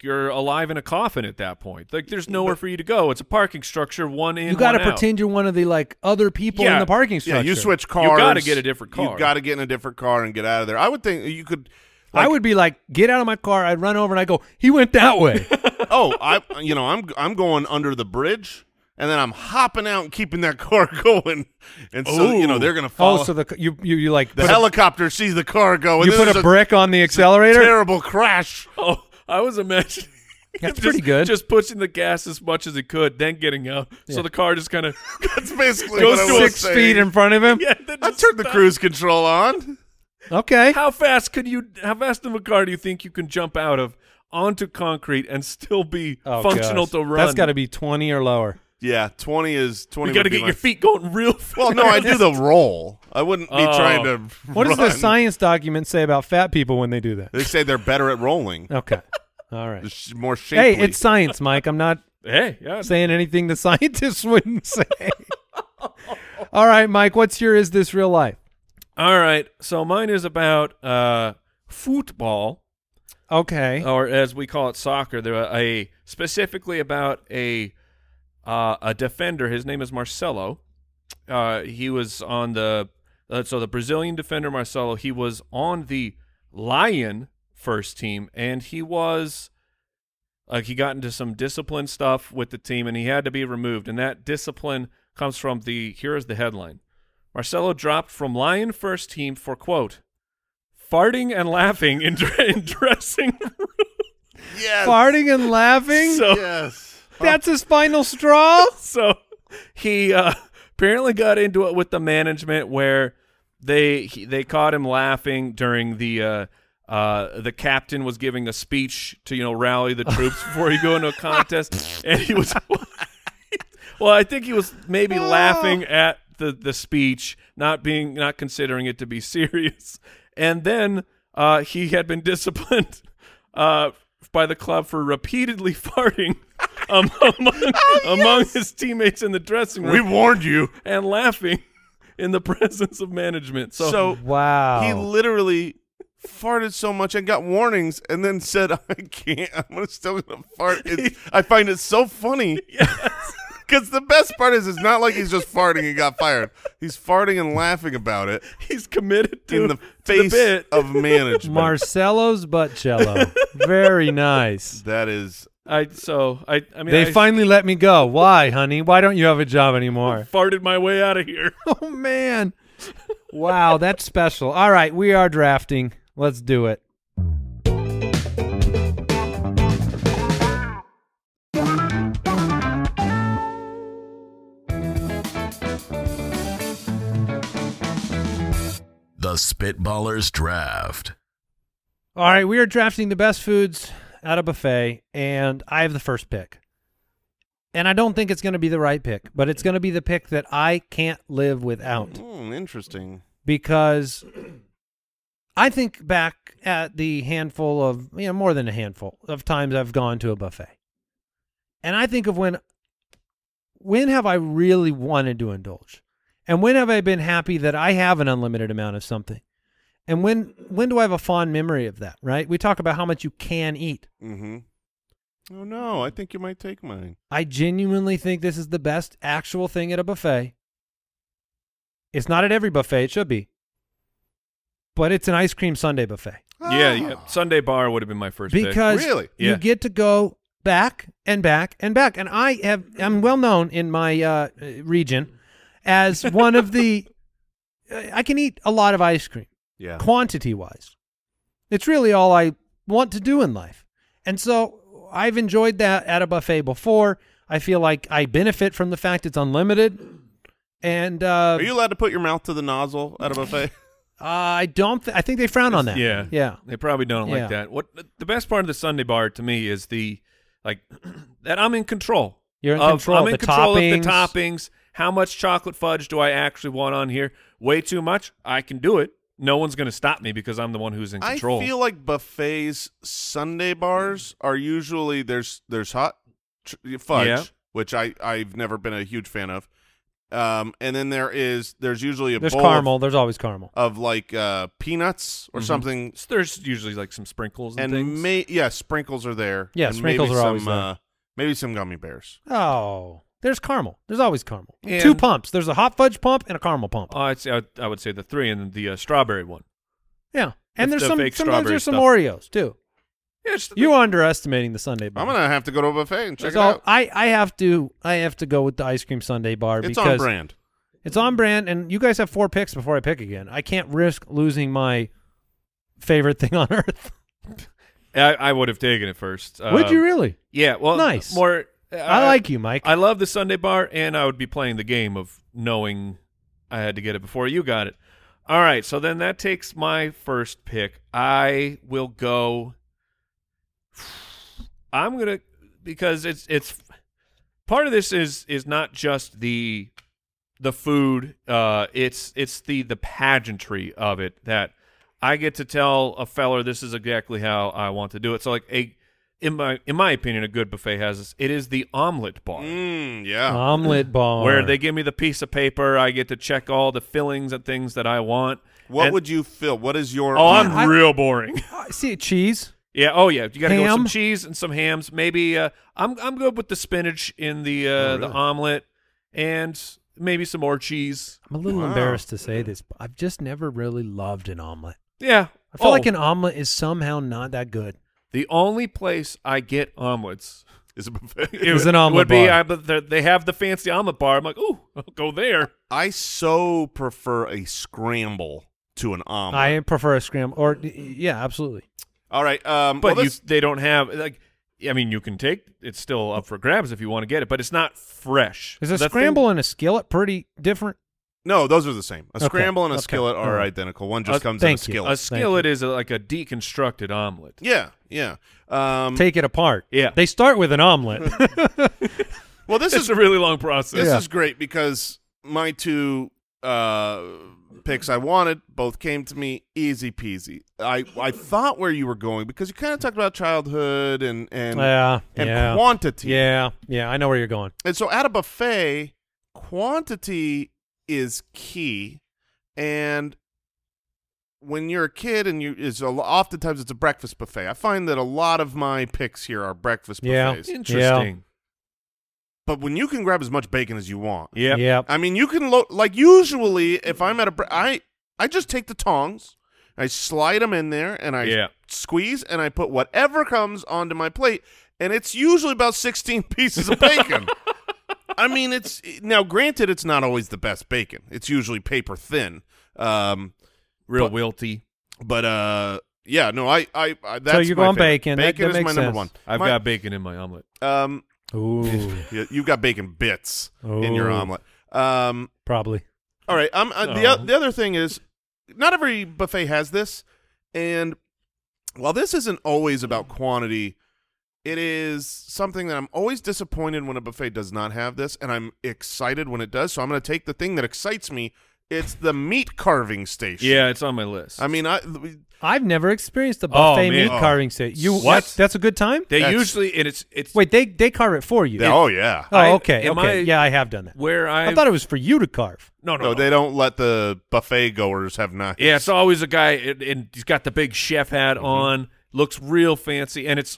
you're alive in a coffin at that point. Like there's nowhere for you to go. It's a parking structure, one in.
you got to
one out.
pretend you're one of the like other people
Yeah.
in the parking
Yeah,
structure.
you switch cars.
You gotta get a different car.
You got to get in a different car and get out of there. I would think you could.
I would be like, get out of my car. I'd run over and I go, he went that way.
oh, I you know I'm I'm going under the bridge and then I'm hopping out and keeping that car going, and so you know
Ooh.
they're gonna follow.
oh, so the you you, you like
the
put a-
helicopter sees the car go. and
you
then
put
there's
a brick on the accelerator.
Terrible crash.
Oh, I was imagining.
That's
just-
pretty good.
Just pushing the gas as much as he could, then getting out. So the car just kind of
That's basically
Goes
what I
to
was
Six
saying.
feet in front of him.
yeah. Then
I
just
turned the
stop.
cruise control on.
Okay.
How fast could you? How fast of a car do you think you can jump out of onto concrete and still be
Oh,
functional
gosh.
to run?
That's got to be twenty or lower.
Yeah, twenty is twenty.
You got to
would be
get
my-
your feet going real fast.
Well, no, I do the roll. I wouldn't be
Oh.
trying to.
What does the
run.
science document say about fat people when they do that?
They say they're better at rolling.
Okay. All right.
They're sh- more shapely.
Hey, it's science, Mike. I'm not
Hey, yeah.
saying anything the scientists wouldn't say. All right, Mike, what's your is this real life?
All right. So mine is about uh, football.
Okay.
or as we call it soccer there are a specifically about a uh, a defender. His name is Marcelo. Uh, he was on the uh, so the Brazilian defender Marcelo. He was on the Lion first team, and he was like he got into some discipline stuff with the team, and he had to be removed. And that discipline comes from the here is the headline: Marcelo dropped from Lion first team for quote farting and laughing in, in dressing room.
Yes.
Farting and laughing?
So
Yes.
That's his final straw?
so he uh, apparently got into it with the management where they he, they caught him laughing during the uh, uh, the captain was giving a speech to you know rally the troops before you go into a contest, and he was well, I think he was maybe laughing at the the speech, not being not considering it to be serious, and then uh, he had been disciplined. Uh, by the club for repeatedly farting among, among his teammates in the dressing room
We warned you.
and laughing in the presence of management. So,
So
Wow.
he literally farted so much and got warnings and then said, I can't. I'm gonna still going to fart. It's, I find it so funny. Because the best part is, it's not like he's just farting and got fired. He's farting and laughing about it
he's committed to
in the
to
face
bit.
of management.
Marcelo's butt cello. Very nice.
that is
I so I I mean
They
I
finally let me go. Why, honey? Why don't you have a job anymore?
farted my way out of here.
oh, man. Wow, that's special. All right, we are drafting. Let's do it.
The Spitballers Draft.
All right, we are drafting the best foods at a buffet, and I have the first pick. And I don't think it's going to be the right pick, but it's going to be the pick that I can't live without.
hmm, interesting.
because I think back at the handful of, you know, more than a handful of times I've gone to a buffet. And I think of when when have I really wanted to indulge? And when have I been happy that I have an unlimited amount of something? And when when do I have a fond memory of that, right? We talk about how much you can eat.
Mm-hmm. Oh no, I think you might take mine.
I genuinely think this is the best actual thing at a buffet. It's not at every buffet, it should be. But it's an ice cream sundae buffet.
Yeah, yeah. Sunday bar would have been my first pick.
because
Really?
you
Yeah.
get to go back and back and back and i have i'm well known in my uh, region as one of the i can eat a lot of ice cream
Yeah.
quantity wise it's really all i want to do in life and so i've enjoyed that at a buffet before i feel like i benefit from the fact it's unlimited and uh,
Are you allowed to put your mouth to the nozzle at a buffet?
i don't th- i think they frown on that
Yeah.
yeah
They probably don't
Yeah.
like that. What the best part of the Sunday bar to me is the like that I'm in control.
You're in
of,
control
I'm
of
in
the
control of the
toppings.
toppings. How much chocolate fudge do I actually want on here? Way too much. I can do it. No one's going to stop me because I'm the one who's in
I
control.
feel like buffets Sunday bars are usually there's there's hot tr- fudge,
Yeah.
which I I've never been a huge fan of. Um, and then there is there's usually a
there's
bowl of-
caramel there's always caramel
of, like uh, peanuts or
Mhm.
something,
So there's usually like some sprinkles and,
and
things.
may yeah sprinkles are there.
Yeah,
and
sprinkles
maybe
are
some,
always there.
Uh, maybe some gummy bears.
Oh, there's caramel. There's always caramel.
Yeah.
Two pumps. There's a hot fudge pump and a caramel pump.
Oh, I'd say, I, I would say the three and the uh, strawberry one.
yeah, and
It's
there's
the
some.
fake
Sometimes
strawberry
there's some
stuff.
Oreos too.
Yeah, it's the-
You are underestimating the Sunday bar.
I'm gonna have to go to a buffet and check
so
it out.
I, I have to I have to go with the ice cream Sunday bar
It's
because
on brand.
it's on brand. And you guys have four picks before I pick again. I can't risk losing my favorite thing on earth.
I, I would have taken it first.
Would
Um,
you really?
Yeah. Well,
Nice.
More.
I, like you, Mike.
I love the Sunday bar, and I would be playing the game of knowing I had to get it before you got it. All right, so then that takes my first pick. I will go. I'm gonna because it's it's part of this is is not just the the food. Uh, it's it's the the pageantry of it that I get to tell a feller this is exactly how I want to do it. So like a in my in my opinion, a good buffet has this. It is the omelet bar
Mm,
Uh,
yeah.
Omelet bar.
where they give me the piece of paper. I get to check all the fillings and things that I want.
what
And-
would you fill? What is your?
Oh, I'm
I-
real boring.
I Ah, see cheese.
Yeah. Oh, yeah. You got to go with some
Ham?
cheese and some hams. Maybe uh, I'm I'm good with the spinach in the uh,
Oh,
the omelet, and maybe some more cheese.
I'm a little
Wow.
embarrassed to say this, but I've just never really loved an omelet.
Yeah.
I feel
Oh,
like an omelet is somehow not that good.
the only place I get omelets
Is a buffet.
it
Is an
would-
omelet
would be
bar.
I, but they're- they have the fancy omelet bar. I'm like, ooh, I'll go there.
I so prefer a scramble to an omelet.
I prefer a scramble, or yeah, absolutely.
All right. Um,
But
well,
you,
this-
they don't have like. I mean, you can take it's still up for grabs if you want to get it, but it's not fresh.
Is a
The thing-
scramble and a skillet pretty different?
no, those are the same. A
Okay,
scramble and a
okay,
skillet are
all right.
identical. One just
Uh,
comes in a
thank you.
skillet.
a skillet is a, like a deconstructed omelet.
yeah, yeah. Um,
Take it apart.
Mm. Yeah.
they start with an omelet.
well, this
This
is
is a really long process.
This is great because my two uh, picks I wanted both came to me easy peasy. I, I thought where you were going because you kind of talked about childhood and and
yeah,
and
yeah,
quantity.
yeah, yeah. I know where you're going.
And so at a buffet, quantity is key. And when you're a kid and you is a, lo- oftentimes it's a breakfast buffet. I find that a lot of my picks here are breakfast
Yeah.
buffets.
Interesting.
But when you can grab as much bacon as you want,
Yep.
Yep.
I mean, you can lo- like usually if I'm at a bre- I I just take the tongs, I slide them in there, and I
Yeah.
squeeze, and I put whatever comes onto my plate, and it's usually about sixteen pieces of bacon. I mean, it's now granted, it's not always the best bacon. It's usually paper thin. Um,
Real
But-
wilty.
but uh, yeah, no, I I, I that's
So you're
my
going
favorite.
bacon. That-
Bacon
that
is
makes
my number
sense.
one.
I've
My-
got bacon in my omelet.
um,
Ooh,
you- you've got bacon bits in your
Ooh.
omelet. Um,
probably.
All right. Um, uh, the
Oh.
o- the other thing is, not every buffet has this, and while this isn't always about quantity, it is something that I'm always disappointed when a buffet does not have this, and I'm excited when it does. So I'm going to take the thing that excites me. It's the meat carving station.
Yeah, it's on my list.
I mean, I
I've never experienced a
Oh,
buffet
man.
meat carving set. You
What?
That's, that's a good time.
they
that's-
usually and it's it's
Wait, they they carve it for you.
yeah, oh yeah.
oh,
I-
okay,
am
okay.
I-
yeah, I have done that.
where I
I thought it Oh, was for you to carve.
no no,
No,
no.
they don't let the buffet goers have knives.
yeah it's always a guy and, and he's got the big chef
Mm-hmm.
hat on looks real fancy and it's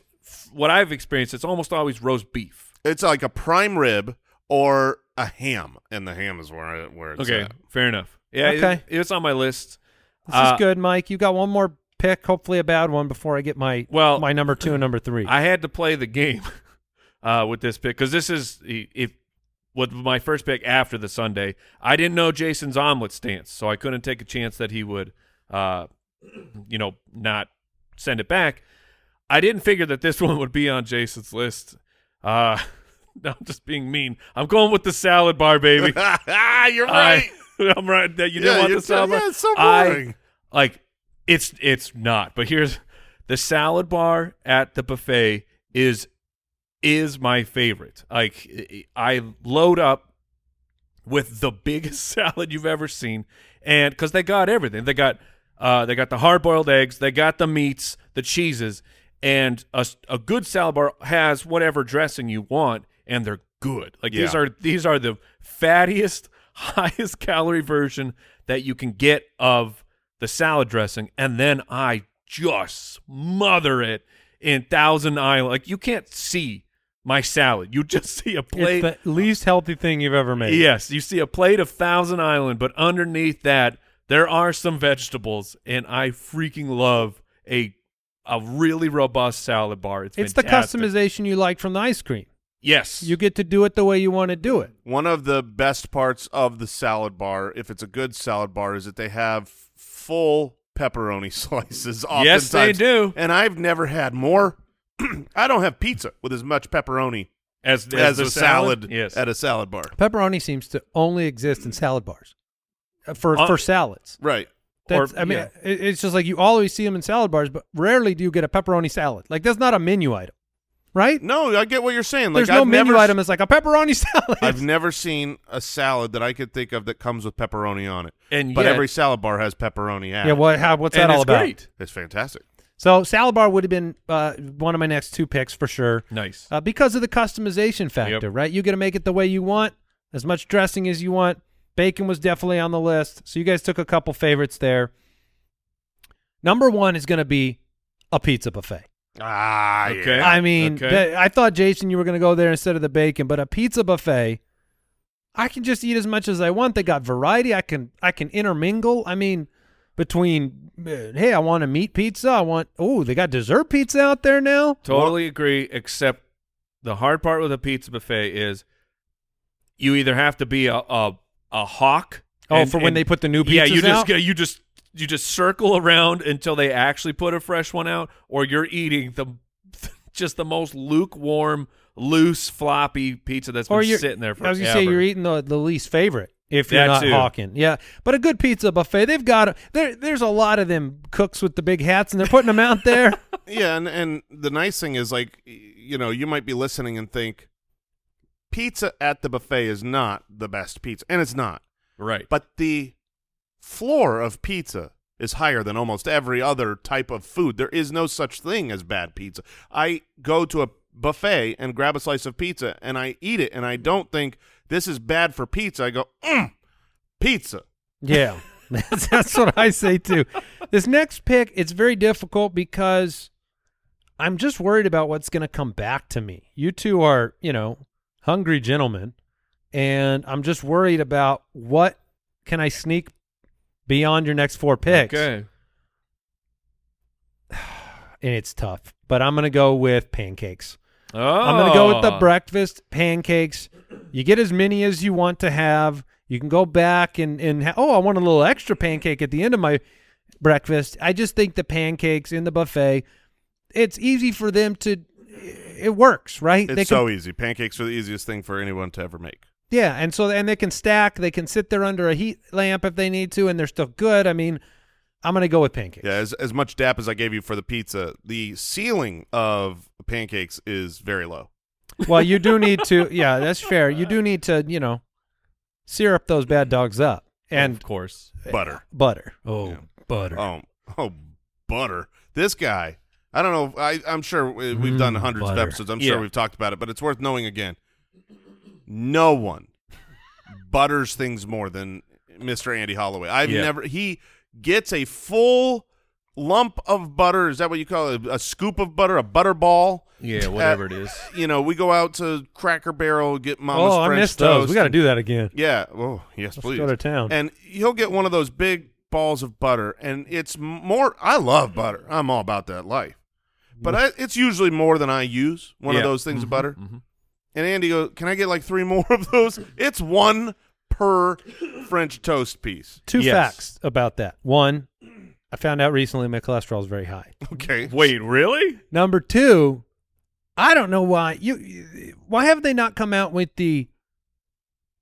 what I've experienced it's almost always roast beef
it's like a prime rib or a ham, and the ham is where it, where it's
okay
at.
fair enough yeah it-
Okay.
it's on my list
This
Uh,
is good, Mike. You got one more pick, hopefully a bad one, before I get my
Well-
my number two and number three.
I had to play the game uh, with this pick because this is if with my first pick after the Sunday. I didn't know Jason's omelet stance, so I couldn't take a chance that he would, uh, you know, not send it back. I didn't figure that this one would be on Jason's list. Uh, no, I'm just being mean. I'm going with the salad bar, baby.
You're
I,
right.
I'm right. That you
Yeah,
didn't want
you're
the salad.
t- yeah,
bar?
it's so
I-
boring.
like it's it's not. But here's the salad bar at the buffet is is my favorite. Like I I load up with the biggest salad you've ever seen, and because they got everything, they got uh, they got the hard boiled eggs, they got the meats, the cheeses, and a, s- a good salad bar has whatever dressing you want, and they're good. Like these
Yeah.
are these are the fattiest, highest calorie version that you can get of the salad dressing, and then I just smother it in Thousand Island. Like you can't see my salad; you just see a plate.
it's the least healthy thing you've ever made.
Yes, you see a plate of Thousand Island, but underneath that there are some vegetables, and I freaking love a a really robust salad bar. It's
It's
fantastic.
the customization you like from the ice cream.
Yes,
You get to do it the way you want to do it.
One of the best parts of the salad bar, if it's a good salad bar, is that they have full pepperoni slices. Oftentimes.
Yes, they do.
And I've never had more. I don't have pizza with as much pepperoni
as as,
as,
the
a salad,
Yes,
at a salad bar.
Pepperoni seems to only exist in salad bars uh, for
Uh,
for salads.
Right.
That's,
or-
I mean,
yeah.
it, it's just like you always see them in salad bars, but rarely do you get a pepperoni salad. Like that's not a menu item, right?
No, I get what you're saying. Like
There's no
I've
menu
never,
item. It's like a pepperoni salad.
I've never seen a salad that I could think of that comes with pepperoni on it.
and
But
yet-
every salad bar has pepperoni added.
yeah. What? How, what's
and
that all
it's
about?
great.
It's fantastic.
So salad bar would have been uh, one of my next two picks for sure
Nice.
uh, because of the customization factor,
Yep.
right? You get to make it the way you want, as much dressing as you want. Bacon was definitely on the list, so you guys took a couple favorites there. Number one is going to be a pizza buffet.
Ah,
Okay.
yeah.
I mean,
Okay.
that- I thought Jason, you were going to go there instead of the bacon, but a pizza buffet, I can just eat as much as I want. They got variety. I can I can intermingle. I mean, between uh, hey, I want a meat pizza. I want oh, they got dessert pizza out there now.
Totally agree. Except the hard part with a pizza buffet is you either have to be a a, a hawk.
Oh, for when they put the new
yeah, you
pizzas
just
out?
go- you just you just circle around until they actually put a fresh one out, or you're eating the just the most lukewarm, loose, floppy pizza that's been sitting there forever.
I was gonna say you're eating the, the least favorite if you're
That
not
too.
hawking. Yeah, but a good pizza buffet, they've got there. There's a lot of them cooks with the big hats, and they're putting them out there.
yeah and and the nice thing is like y- you know you might be listening and think pizza at the buffet is not the best pizza and it's not
right.
but the floor of pizza is higher than almost every other type of food there is no such thing as bad pizza i go to a buffet and grab a slice of pizza and i eat it and i don't think this is bad for pizza i go mm, pizza
Yeah, that's, that's what I say too. This next pick, it's very difficult because I'm just worried about what's going to come back to me. You two are, you know, hungry gentlemen, and I'm just worried about what can I sneak beyond your next four picks.
Okay.
And it's tough, but I'm going to go with pancakes.
Oh.
I'm going to go with the breakfast pancakes. You get as many as you want to have. You can go back and and ha- oh, I want a little extra pancake at the end of my breakfast. I just think the pancakes in the buffet, it's easy for them to. It works, right?
it's
they can,
so e-, easy pancakes are the easiest thing for anyone to ever make
yeah, and so and they can stack. They can sit there under a heat lamp if they need to, and they're still good. I mean, I'm going to go with pancakes.
Yeah, as, as much dap as I gave you for the pizza, the ceiling of pancakes is very low.
Well, you do need to. Yeah, that's fair. You do need to, you know, syrup those bad dogs up and
of course.
Butter.
butter. Oh, butter.
Oh, oh, butter. This guy. I don't know. I, I'm sure we- we've done hundreds of
butter.
episodes. I'm
Yeah.
sure we've talked about it, but it's worth knowing again. No one butters things more than Mr. Andy Holloway. I've
Yeah.
never. He gets a full lump of butter. Is that what you call it? A scoop of butter, a butter ball.
Yeah,
Uh,
whatever it is.
You know, we go out to Cracker Barrel, get Mama's
oh, I
French
missed
toast.
those. We got to do that again.
Yeah. Oh, yes,
Let's
please.
go to town.
And he'll get one of those big balls of butter, and it's m- more. I love butter. I'm all about that life, but
Mm.
I, it's usually more than I use. One
Yeah.
of those
Mm-hmm.
things of butter.
mhm.
And Andy goes, "Can I get like three more of those? It's one per French toast piece."
Two
Yes.
facts about that. One, I found out recently my cholesterol is very high.
Okay.
Wait, really?
Number two, I don't know why you why have they not come out with the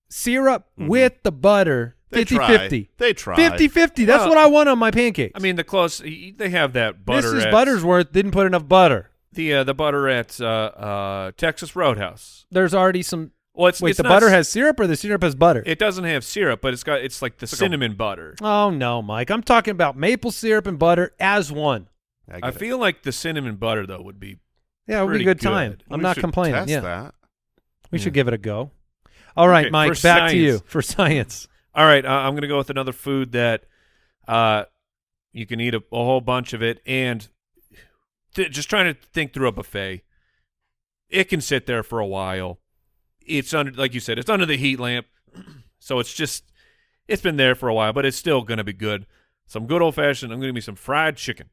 syrup with the butter
Mm-hmm. They
50
try.
50
They try.
50 50 that's
Well,
what i want on my pancakes
I mean, the close they have that butter.
mrs
at-
buttersworth didn't put enough butter
the uh, the butter at uh, uh, Texas Roadhouse.
there's already some
Well, it's
wait
it's
the
not
butter
s-
has syrup or the syrup has butter
it doesn't have syrup, but it's got it's like the
like a-
cinnamon butter.
oh no mike i'm talking about maple syrup and butter as one
I,
I
get it.
feel like the cinnamon butter though would be
yeah it would be
Pretty
a good,
good.
time i'm
We
not
should
complaining
test
yeah
that.
We should give it a go. All right,
Okay,
Mike, back
for
to you
science.
for science.
all right. Uh, I'm gonna go with another food that uh, you can eat a, a whole bunch of it, and th- just trying to think through a buffet. It can sit there for a while. It's under like you said, it's under the heat lamp, so it's just it's been there for a while, but it's still gonna be good. Some good old fashioned. I'm gonna be some fried chicken.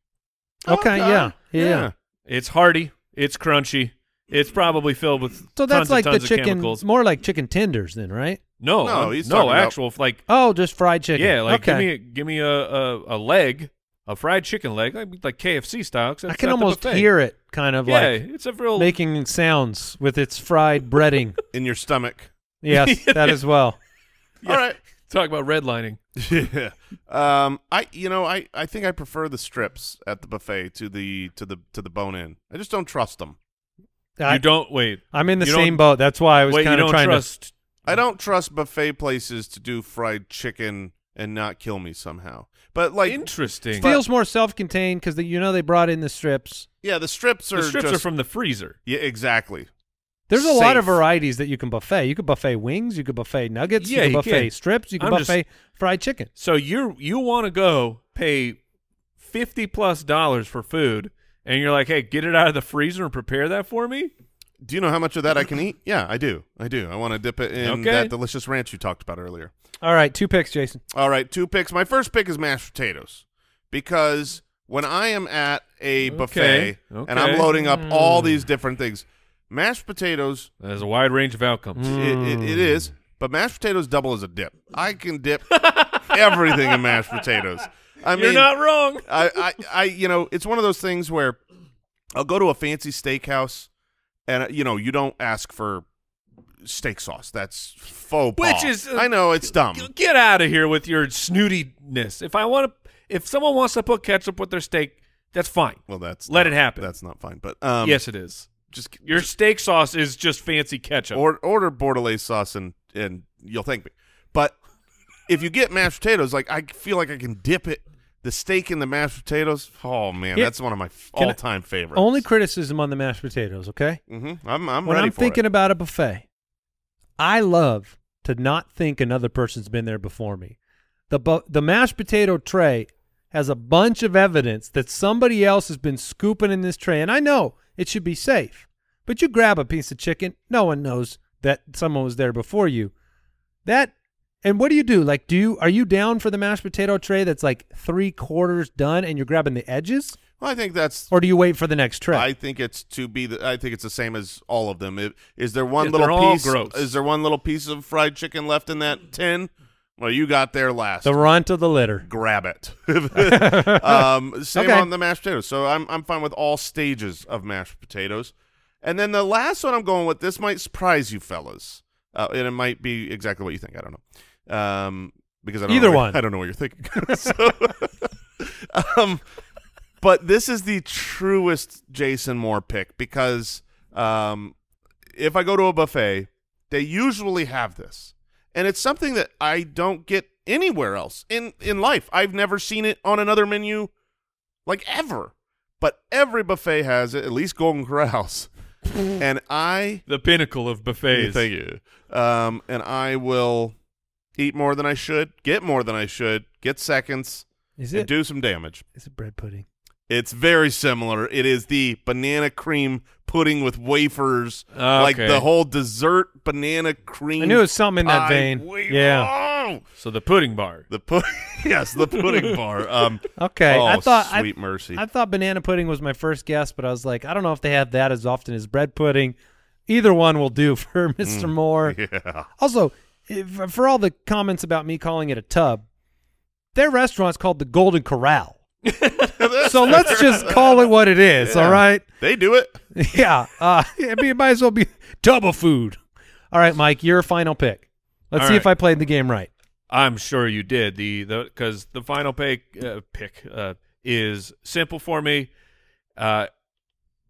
Okay, yeah, yeah.
It's hearty. It's crunchy. It's probably filled with
So
tons
that's
and
like the
tons of
chicken,
chemicals.
more like chicken tenders, then, right?
No,
No,
no,
he's
no
talking about-
actual like
Oh, just fried chicken.
yeah, like
okay.
give me a, give me a, a a leg, a fried chicken leg, like like KFC style.
I can almost hear it, kind of
Yeah,
like
it's a real
making sounds with its fried breading.
In your stomach.
yes, that as well.
All right.
talk about redlining.
Yeah. Um. I. You know. I. I think I prefer the strips at the buffet to the to the to the bone in. I just don't trust them.
I,
you don't wait.
I'm in the
you
same
don't-
boat. That's why I was
wait, you
kind of
don't
trying
trust.
I don't trust buffet places to do fried chicken and not kill me somehow. But like,
to.
Interesting.
Feels more self-contained because you know they brought in the strips.
yeah, the strips are
the strips
just,
are from the freezer.
Yeah, exactly.
There's a lot of
Safe.
varieties that you can buffet. You could buffet wings. You could buffet nuggets. you
Yeah,
could
you
buffet
can.
strips. You could
I'm just-
buffet fried chicken.
So you you want to go pay fifty plus dollars for food and you're like, hey, get it out of the freezer and prepare that for me.
Do you know how much of that I can eat? Yeah, I do. I do. I want to dip it in
Okay.
that delicious ranch you talked about earlier.
All right, two picks, Jason.
All right, two picks. My first pick is mashed potatoes because when I am at a buffet and I'm
okay. Hmm.
loading up all these different things, mashed potatoes
There's a wide range of outcomes.
It, it, it is, but mashed potatoes double as a dip. I can dip everything in mashed potatoes. I
You're
mean,
not wrong.
I, I, I, you know, it's one of those things where I'll go to a fancy steakhouse, and uh, you know, you don't ask for steak sauce. That's faux pas.
Which is, uh,
I know it's dumb.
G- Get out of here with your snootiness. If I want to, if someone wants to put ketchup with their steak, that's fine.
Well, that's
Let it
not-
happen.
That's not fine. But um,
yes, it is.
just
Your steak sauce is just fancy ketchup.
Or, order Bordelaise sauce and and you'll thank me. But if you get mashed potatoes, like I feel like I can dip it the steak in the mashed potatoes. Oh man,
Here-
that's one of my f-
Can I-
all-time favorites.
Only criticism on the mashed potatoes, okay?
hmm I'm I'm
when
ready
I'm
for
thinking
it.
about a buffet, I love to not think another person's been there before me. The bu- the mashed potato tray has a bunch of evidence that somebody else has been scooping in this tray, and I know it should be safe. But you grab a piece of chicken, no one knows that someone was there before you. That and what do you do? Like, do you are you down for the mashed potato tray that's like three quarters done, and you're grabbing the edges,
Well, I think that's.
or do you wait for the next tray?
I think it's to be. The, I think it's the same as all of them. It, is there one
Yeah, they're
little
all
piece?
gross.
Is there one little piece of fried chicken left in that tin? Well, you got there last.
the runt of the litter.
grab it. um, same
Okay.
on the mashed potatoes. So I'm I'm fine with all stages of mashed potatoes. And then the last one I'm going with. This might surprise you, fellas, uh, and it might be exactly what you think. I don't know, um, because I don't
Either
know what-
one.
I don't know what you're thinking. So- um, but this is the truest Jason Moore pick because um, if I go to a buffet, they usually have this, and it's something that I don't get anywhere else in in life. I've never seen it on another menu, like ever. But every buffet has it, at least Golden Corral's, and I
the pinnacle of buffets.
thank you. Um, and I will eat more than I should, get more than I should, get seconds,
Is
and
it?
do some damage.
Is it bread pudding?
It's very similar. It is the banana cream pudding with wafers, like
Okay.
the whole dessert banana cream.
I knew it was something in that
pie
vein.
wa-
Yeah.
Oh!
So the pudding bar.
The pu- yes, the pudding bar. Um,
Okay.
oh,
I thought I-
sweet mercy.
I thought banana pudding was my first guess, but I was like, I don't know if they have that as often as bread pudding. Either one will do for Mr. Moore.
yeah.
Also, if, for all the comments about me calling it a tub, their restaurant's called the Golden Corral. so let's just call it what it is, all
Yeah.
right?
They do it.
Yeah. Uh, it be- might as well be tub of food. All right, Mike, your final pick. Let's
All
see
right.
if I played the game right.
I'm sure you did. The the because the final pick uh, pick uh, is simple for me, uh,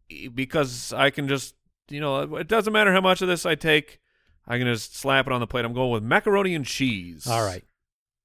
e- because I can just you know it doesn't matter how much of this I take, I can just slap it on the plate. I'm going with macaroni and cheese.
All right.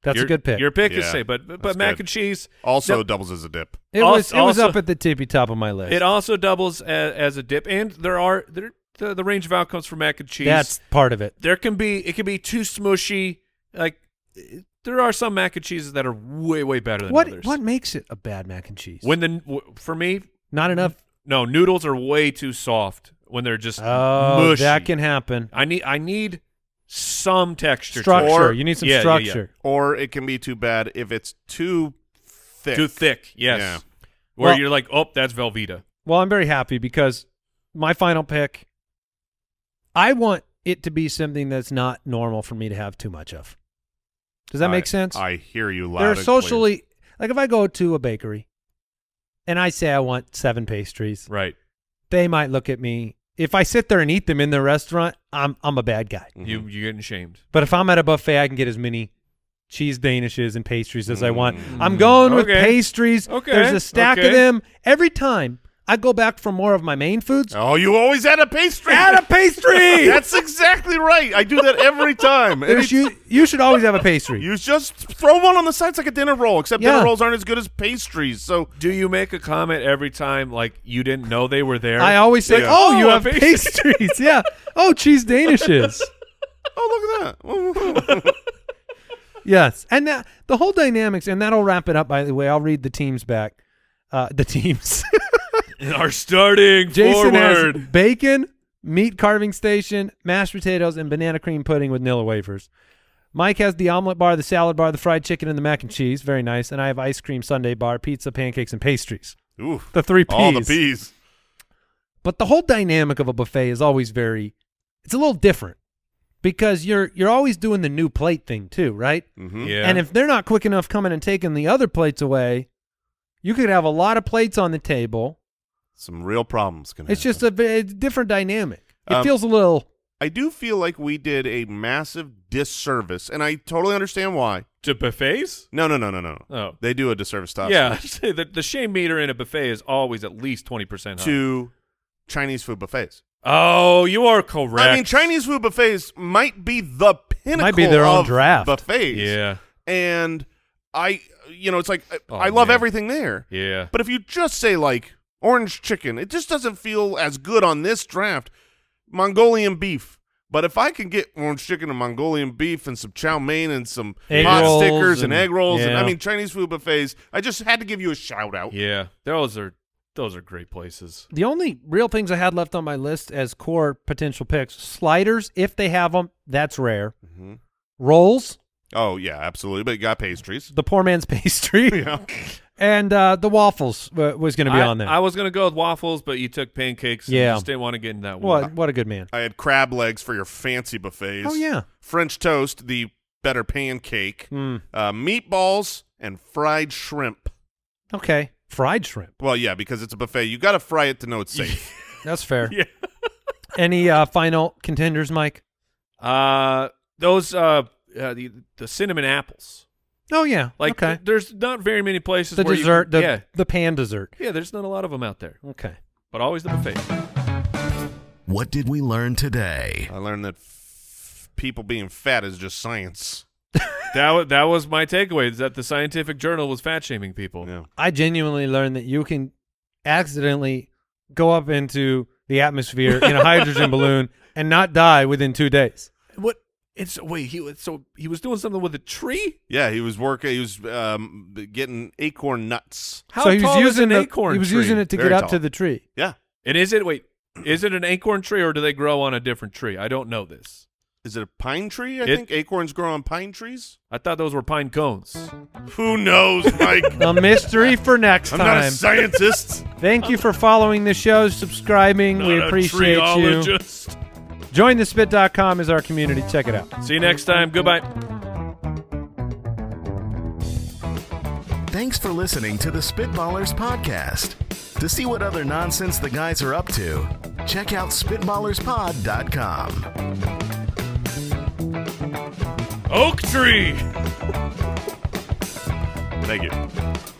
That's
Your-
a good pick.
Your pick is
Yeah,
safe, but but
that's
mac
good.
and cheese.
Also
Now-
doubles as a dip.
It
Als-
was it was
also-
up at the tippy top of my list.
It also doubles as, as a dip, and there are there the, the range of outcomes for mac and cheese.
That's part of it.
there can be it can be too smushy. Like eh, there are some mac and cheeses that are way way better than
What
others.
what makes it a bad mac and cheese?
When the w- for me,
Not enough.
no noodles are way too soft when they're just
Oh,
mushy.
that can happen.
I need I need some texture.
Structure.
To
Or-
you need some
Yeah, yeah, yeah.
structure.
Or it can be too bad if it's too thick.
it. Too thick. Yes.
Yeah.
Where
Well-
you're like, oh, that's Velveeta.
Well, I'm very happy because my final pick. I want it to be something that's not normal for me to have too much of. Does that
I-
make sense?
I hear you loud.
They're
and clear.
socially like if I go to a bakery and I say I want seven pastries,
Right.
they might look at me. If I sit there and eat them in the restaurant, I'm I'm a bad guy.
Mhm.
You you're getting shamed.
But if I'm at a buffet, I can get as many cheese danishes and pastries as I want. I'm
Mm.
going with
Okay.
pastries.
Okay.
There's a stack
Okay.
of them every time. I go back for more of my main foods.
Oh, you always add a pastry.
Add a pastry.
That's exactly right. I do that every time. And
There's
it's-
you. You should always have a pastry.
You just throw one on the sides like a dinner roll, except
Yeah.
dinner rolls aren't as good as pastries. So
Do you make a comment every time like you didn't know they were there?
I always say,
Yeah.
"Oh, you
Oh, a
have
pastry."
pastries." yeah. Oh, cheese danishes.
Oh, look at that.
Yes, and that, the whole dynamics, and that'll wrap it up. By the way, I'll read the teams back. Uh, the teams,
Our starting
Jason
forward.
has bacon, meat carving station, mashed potatoes, and banana cream pudding with Nilla wafers. Mike has the omelet bar, the salad bar, the fried chicken, and the mac and cheese. Very nice. And I have ice cream sundae bar, pizza, pancakes, and pastries.
Ooh,
The three P's.
all the peas.
But the whole dynamic of a buffet is always very. It's a little different because you're you're always doing the new plate thing too, right?
Mm-hmm.
yeah.
And if they're not quick enough coming and taking the other plates away, you could have a lot of plates on the table.
Some real problems gonna.
It's
happen.
just a, ve- it's different dynamic. It
Um,
feels a little.
I do feel like we did a massive disservice, and I totally understand why.
to buffets?
No, no, no, no, no.
Oh.
They do a disservice to us.
yeah, I'd say the, the shame meter in a buffet is always at least 20% higher.
To Chinese food buffets.
Oh, you are correct.
I mean, Chinese food buffets might be the pinnacle
Might be their own
of
draft.
buffets.
Yeah,
And I, you know, it's like I-
Oh,
I love
man.
everything there.
yeah.
But if you just say like orange chicken, it just doesn't feel as good on this draft. Mongolian beef. But if I can get orange chicken and Mongolian beef and some chow mein and some
Egg
pot
rolls
stickers and,
and-
egg rolls and I
yeah.
mean Chinese food buffets, I just had to give you a shout out.
Yeah, those are those are great places.
The only real things I had left on my list as core potential picks: sliders, if they have them, that's rare.
Mm-hmm.
Mhm.
Rolls,
Oh yeah, absolutely. But you got pastries.
the poor man's pastry,
Yeah.
and uh, the waffles uh, was going to be
I,
on there.
I was gonna go with waffles, but you took pancakes. Yeah,
Yeah.
and just didn't want to get in that one.
what? What a good man.
I had crab legs for your fancy buffets.
Oh yeah.
French toast, the better pancake,
Mm,
uh, meatballs, and fried shrimp.
okay. Fried shrimp.
Well, yeah, because it's a buffet. You got to fry it to know it's safe.
That's fair.
Yeah.
Any uh, final contenders, Mike?
Uh, those uh, uh the the cinnamon apples.
Oh yeah.
Like,
okay.
th- there's not very many places.
The
where you
dessert,
can-
the
yeah,
the pan dessert.
yeah. There's not a lot of them out there,
Okay.
but always the buffet.
What did we learn today?
I learned that f- people being fat is just science.
that was that was my takeaway. Is that the scientific journal was fat shaming
Oh.
people.
Yeah.
I genuinely learned that you can accidentally go up into the atmosphere in a hydrogen balloon and not die within two days.
What? It's wait. He so he was doing something with a tree.
Yeah, he was working. He was um, getting acorn nuts.
How
so he
tall
was using
is an
the-
acorn?
He was
tree?
using it to
Very
get up
tall.
to the tree.
Yeah,
And is it wait? Is it an acorn tree or do they grow on a different tree? I don't know this.
is it a pine tree? I
It-
think acorns grow on pine trees.
I thought those were pine cones.
Who knows, Mike?
A mystery for next
I'm not a
time.
scientist.
Thank you for following the show, subscribing. we
Not a
appreciate you.
treeologist.
JoinTheSpit.com is our community. Check it out.
See you next time. Goodbye.
Thanks for listening to the Spitballers Podcast. To see what other nonsense the guys are up to, check out SpitballersPod.com.
Oak tree.
Thank you.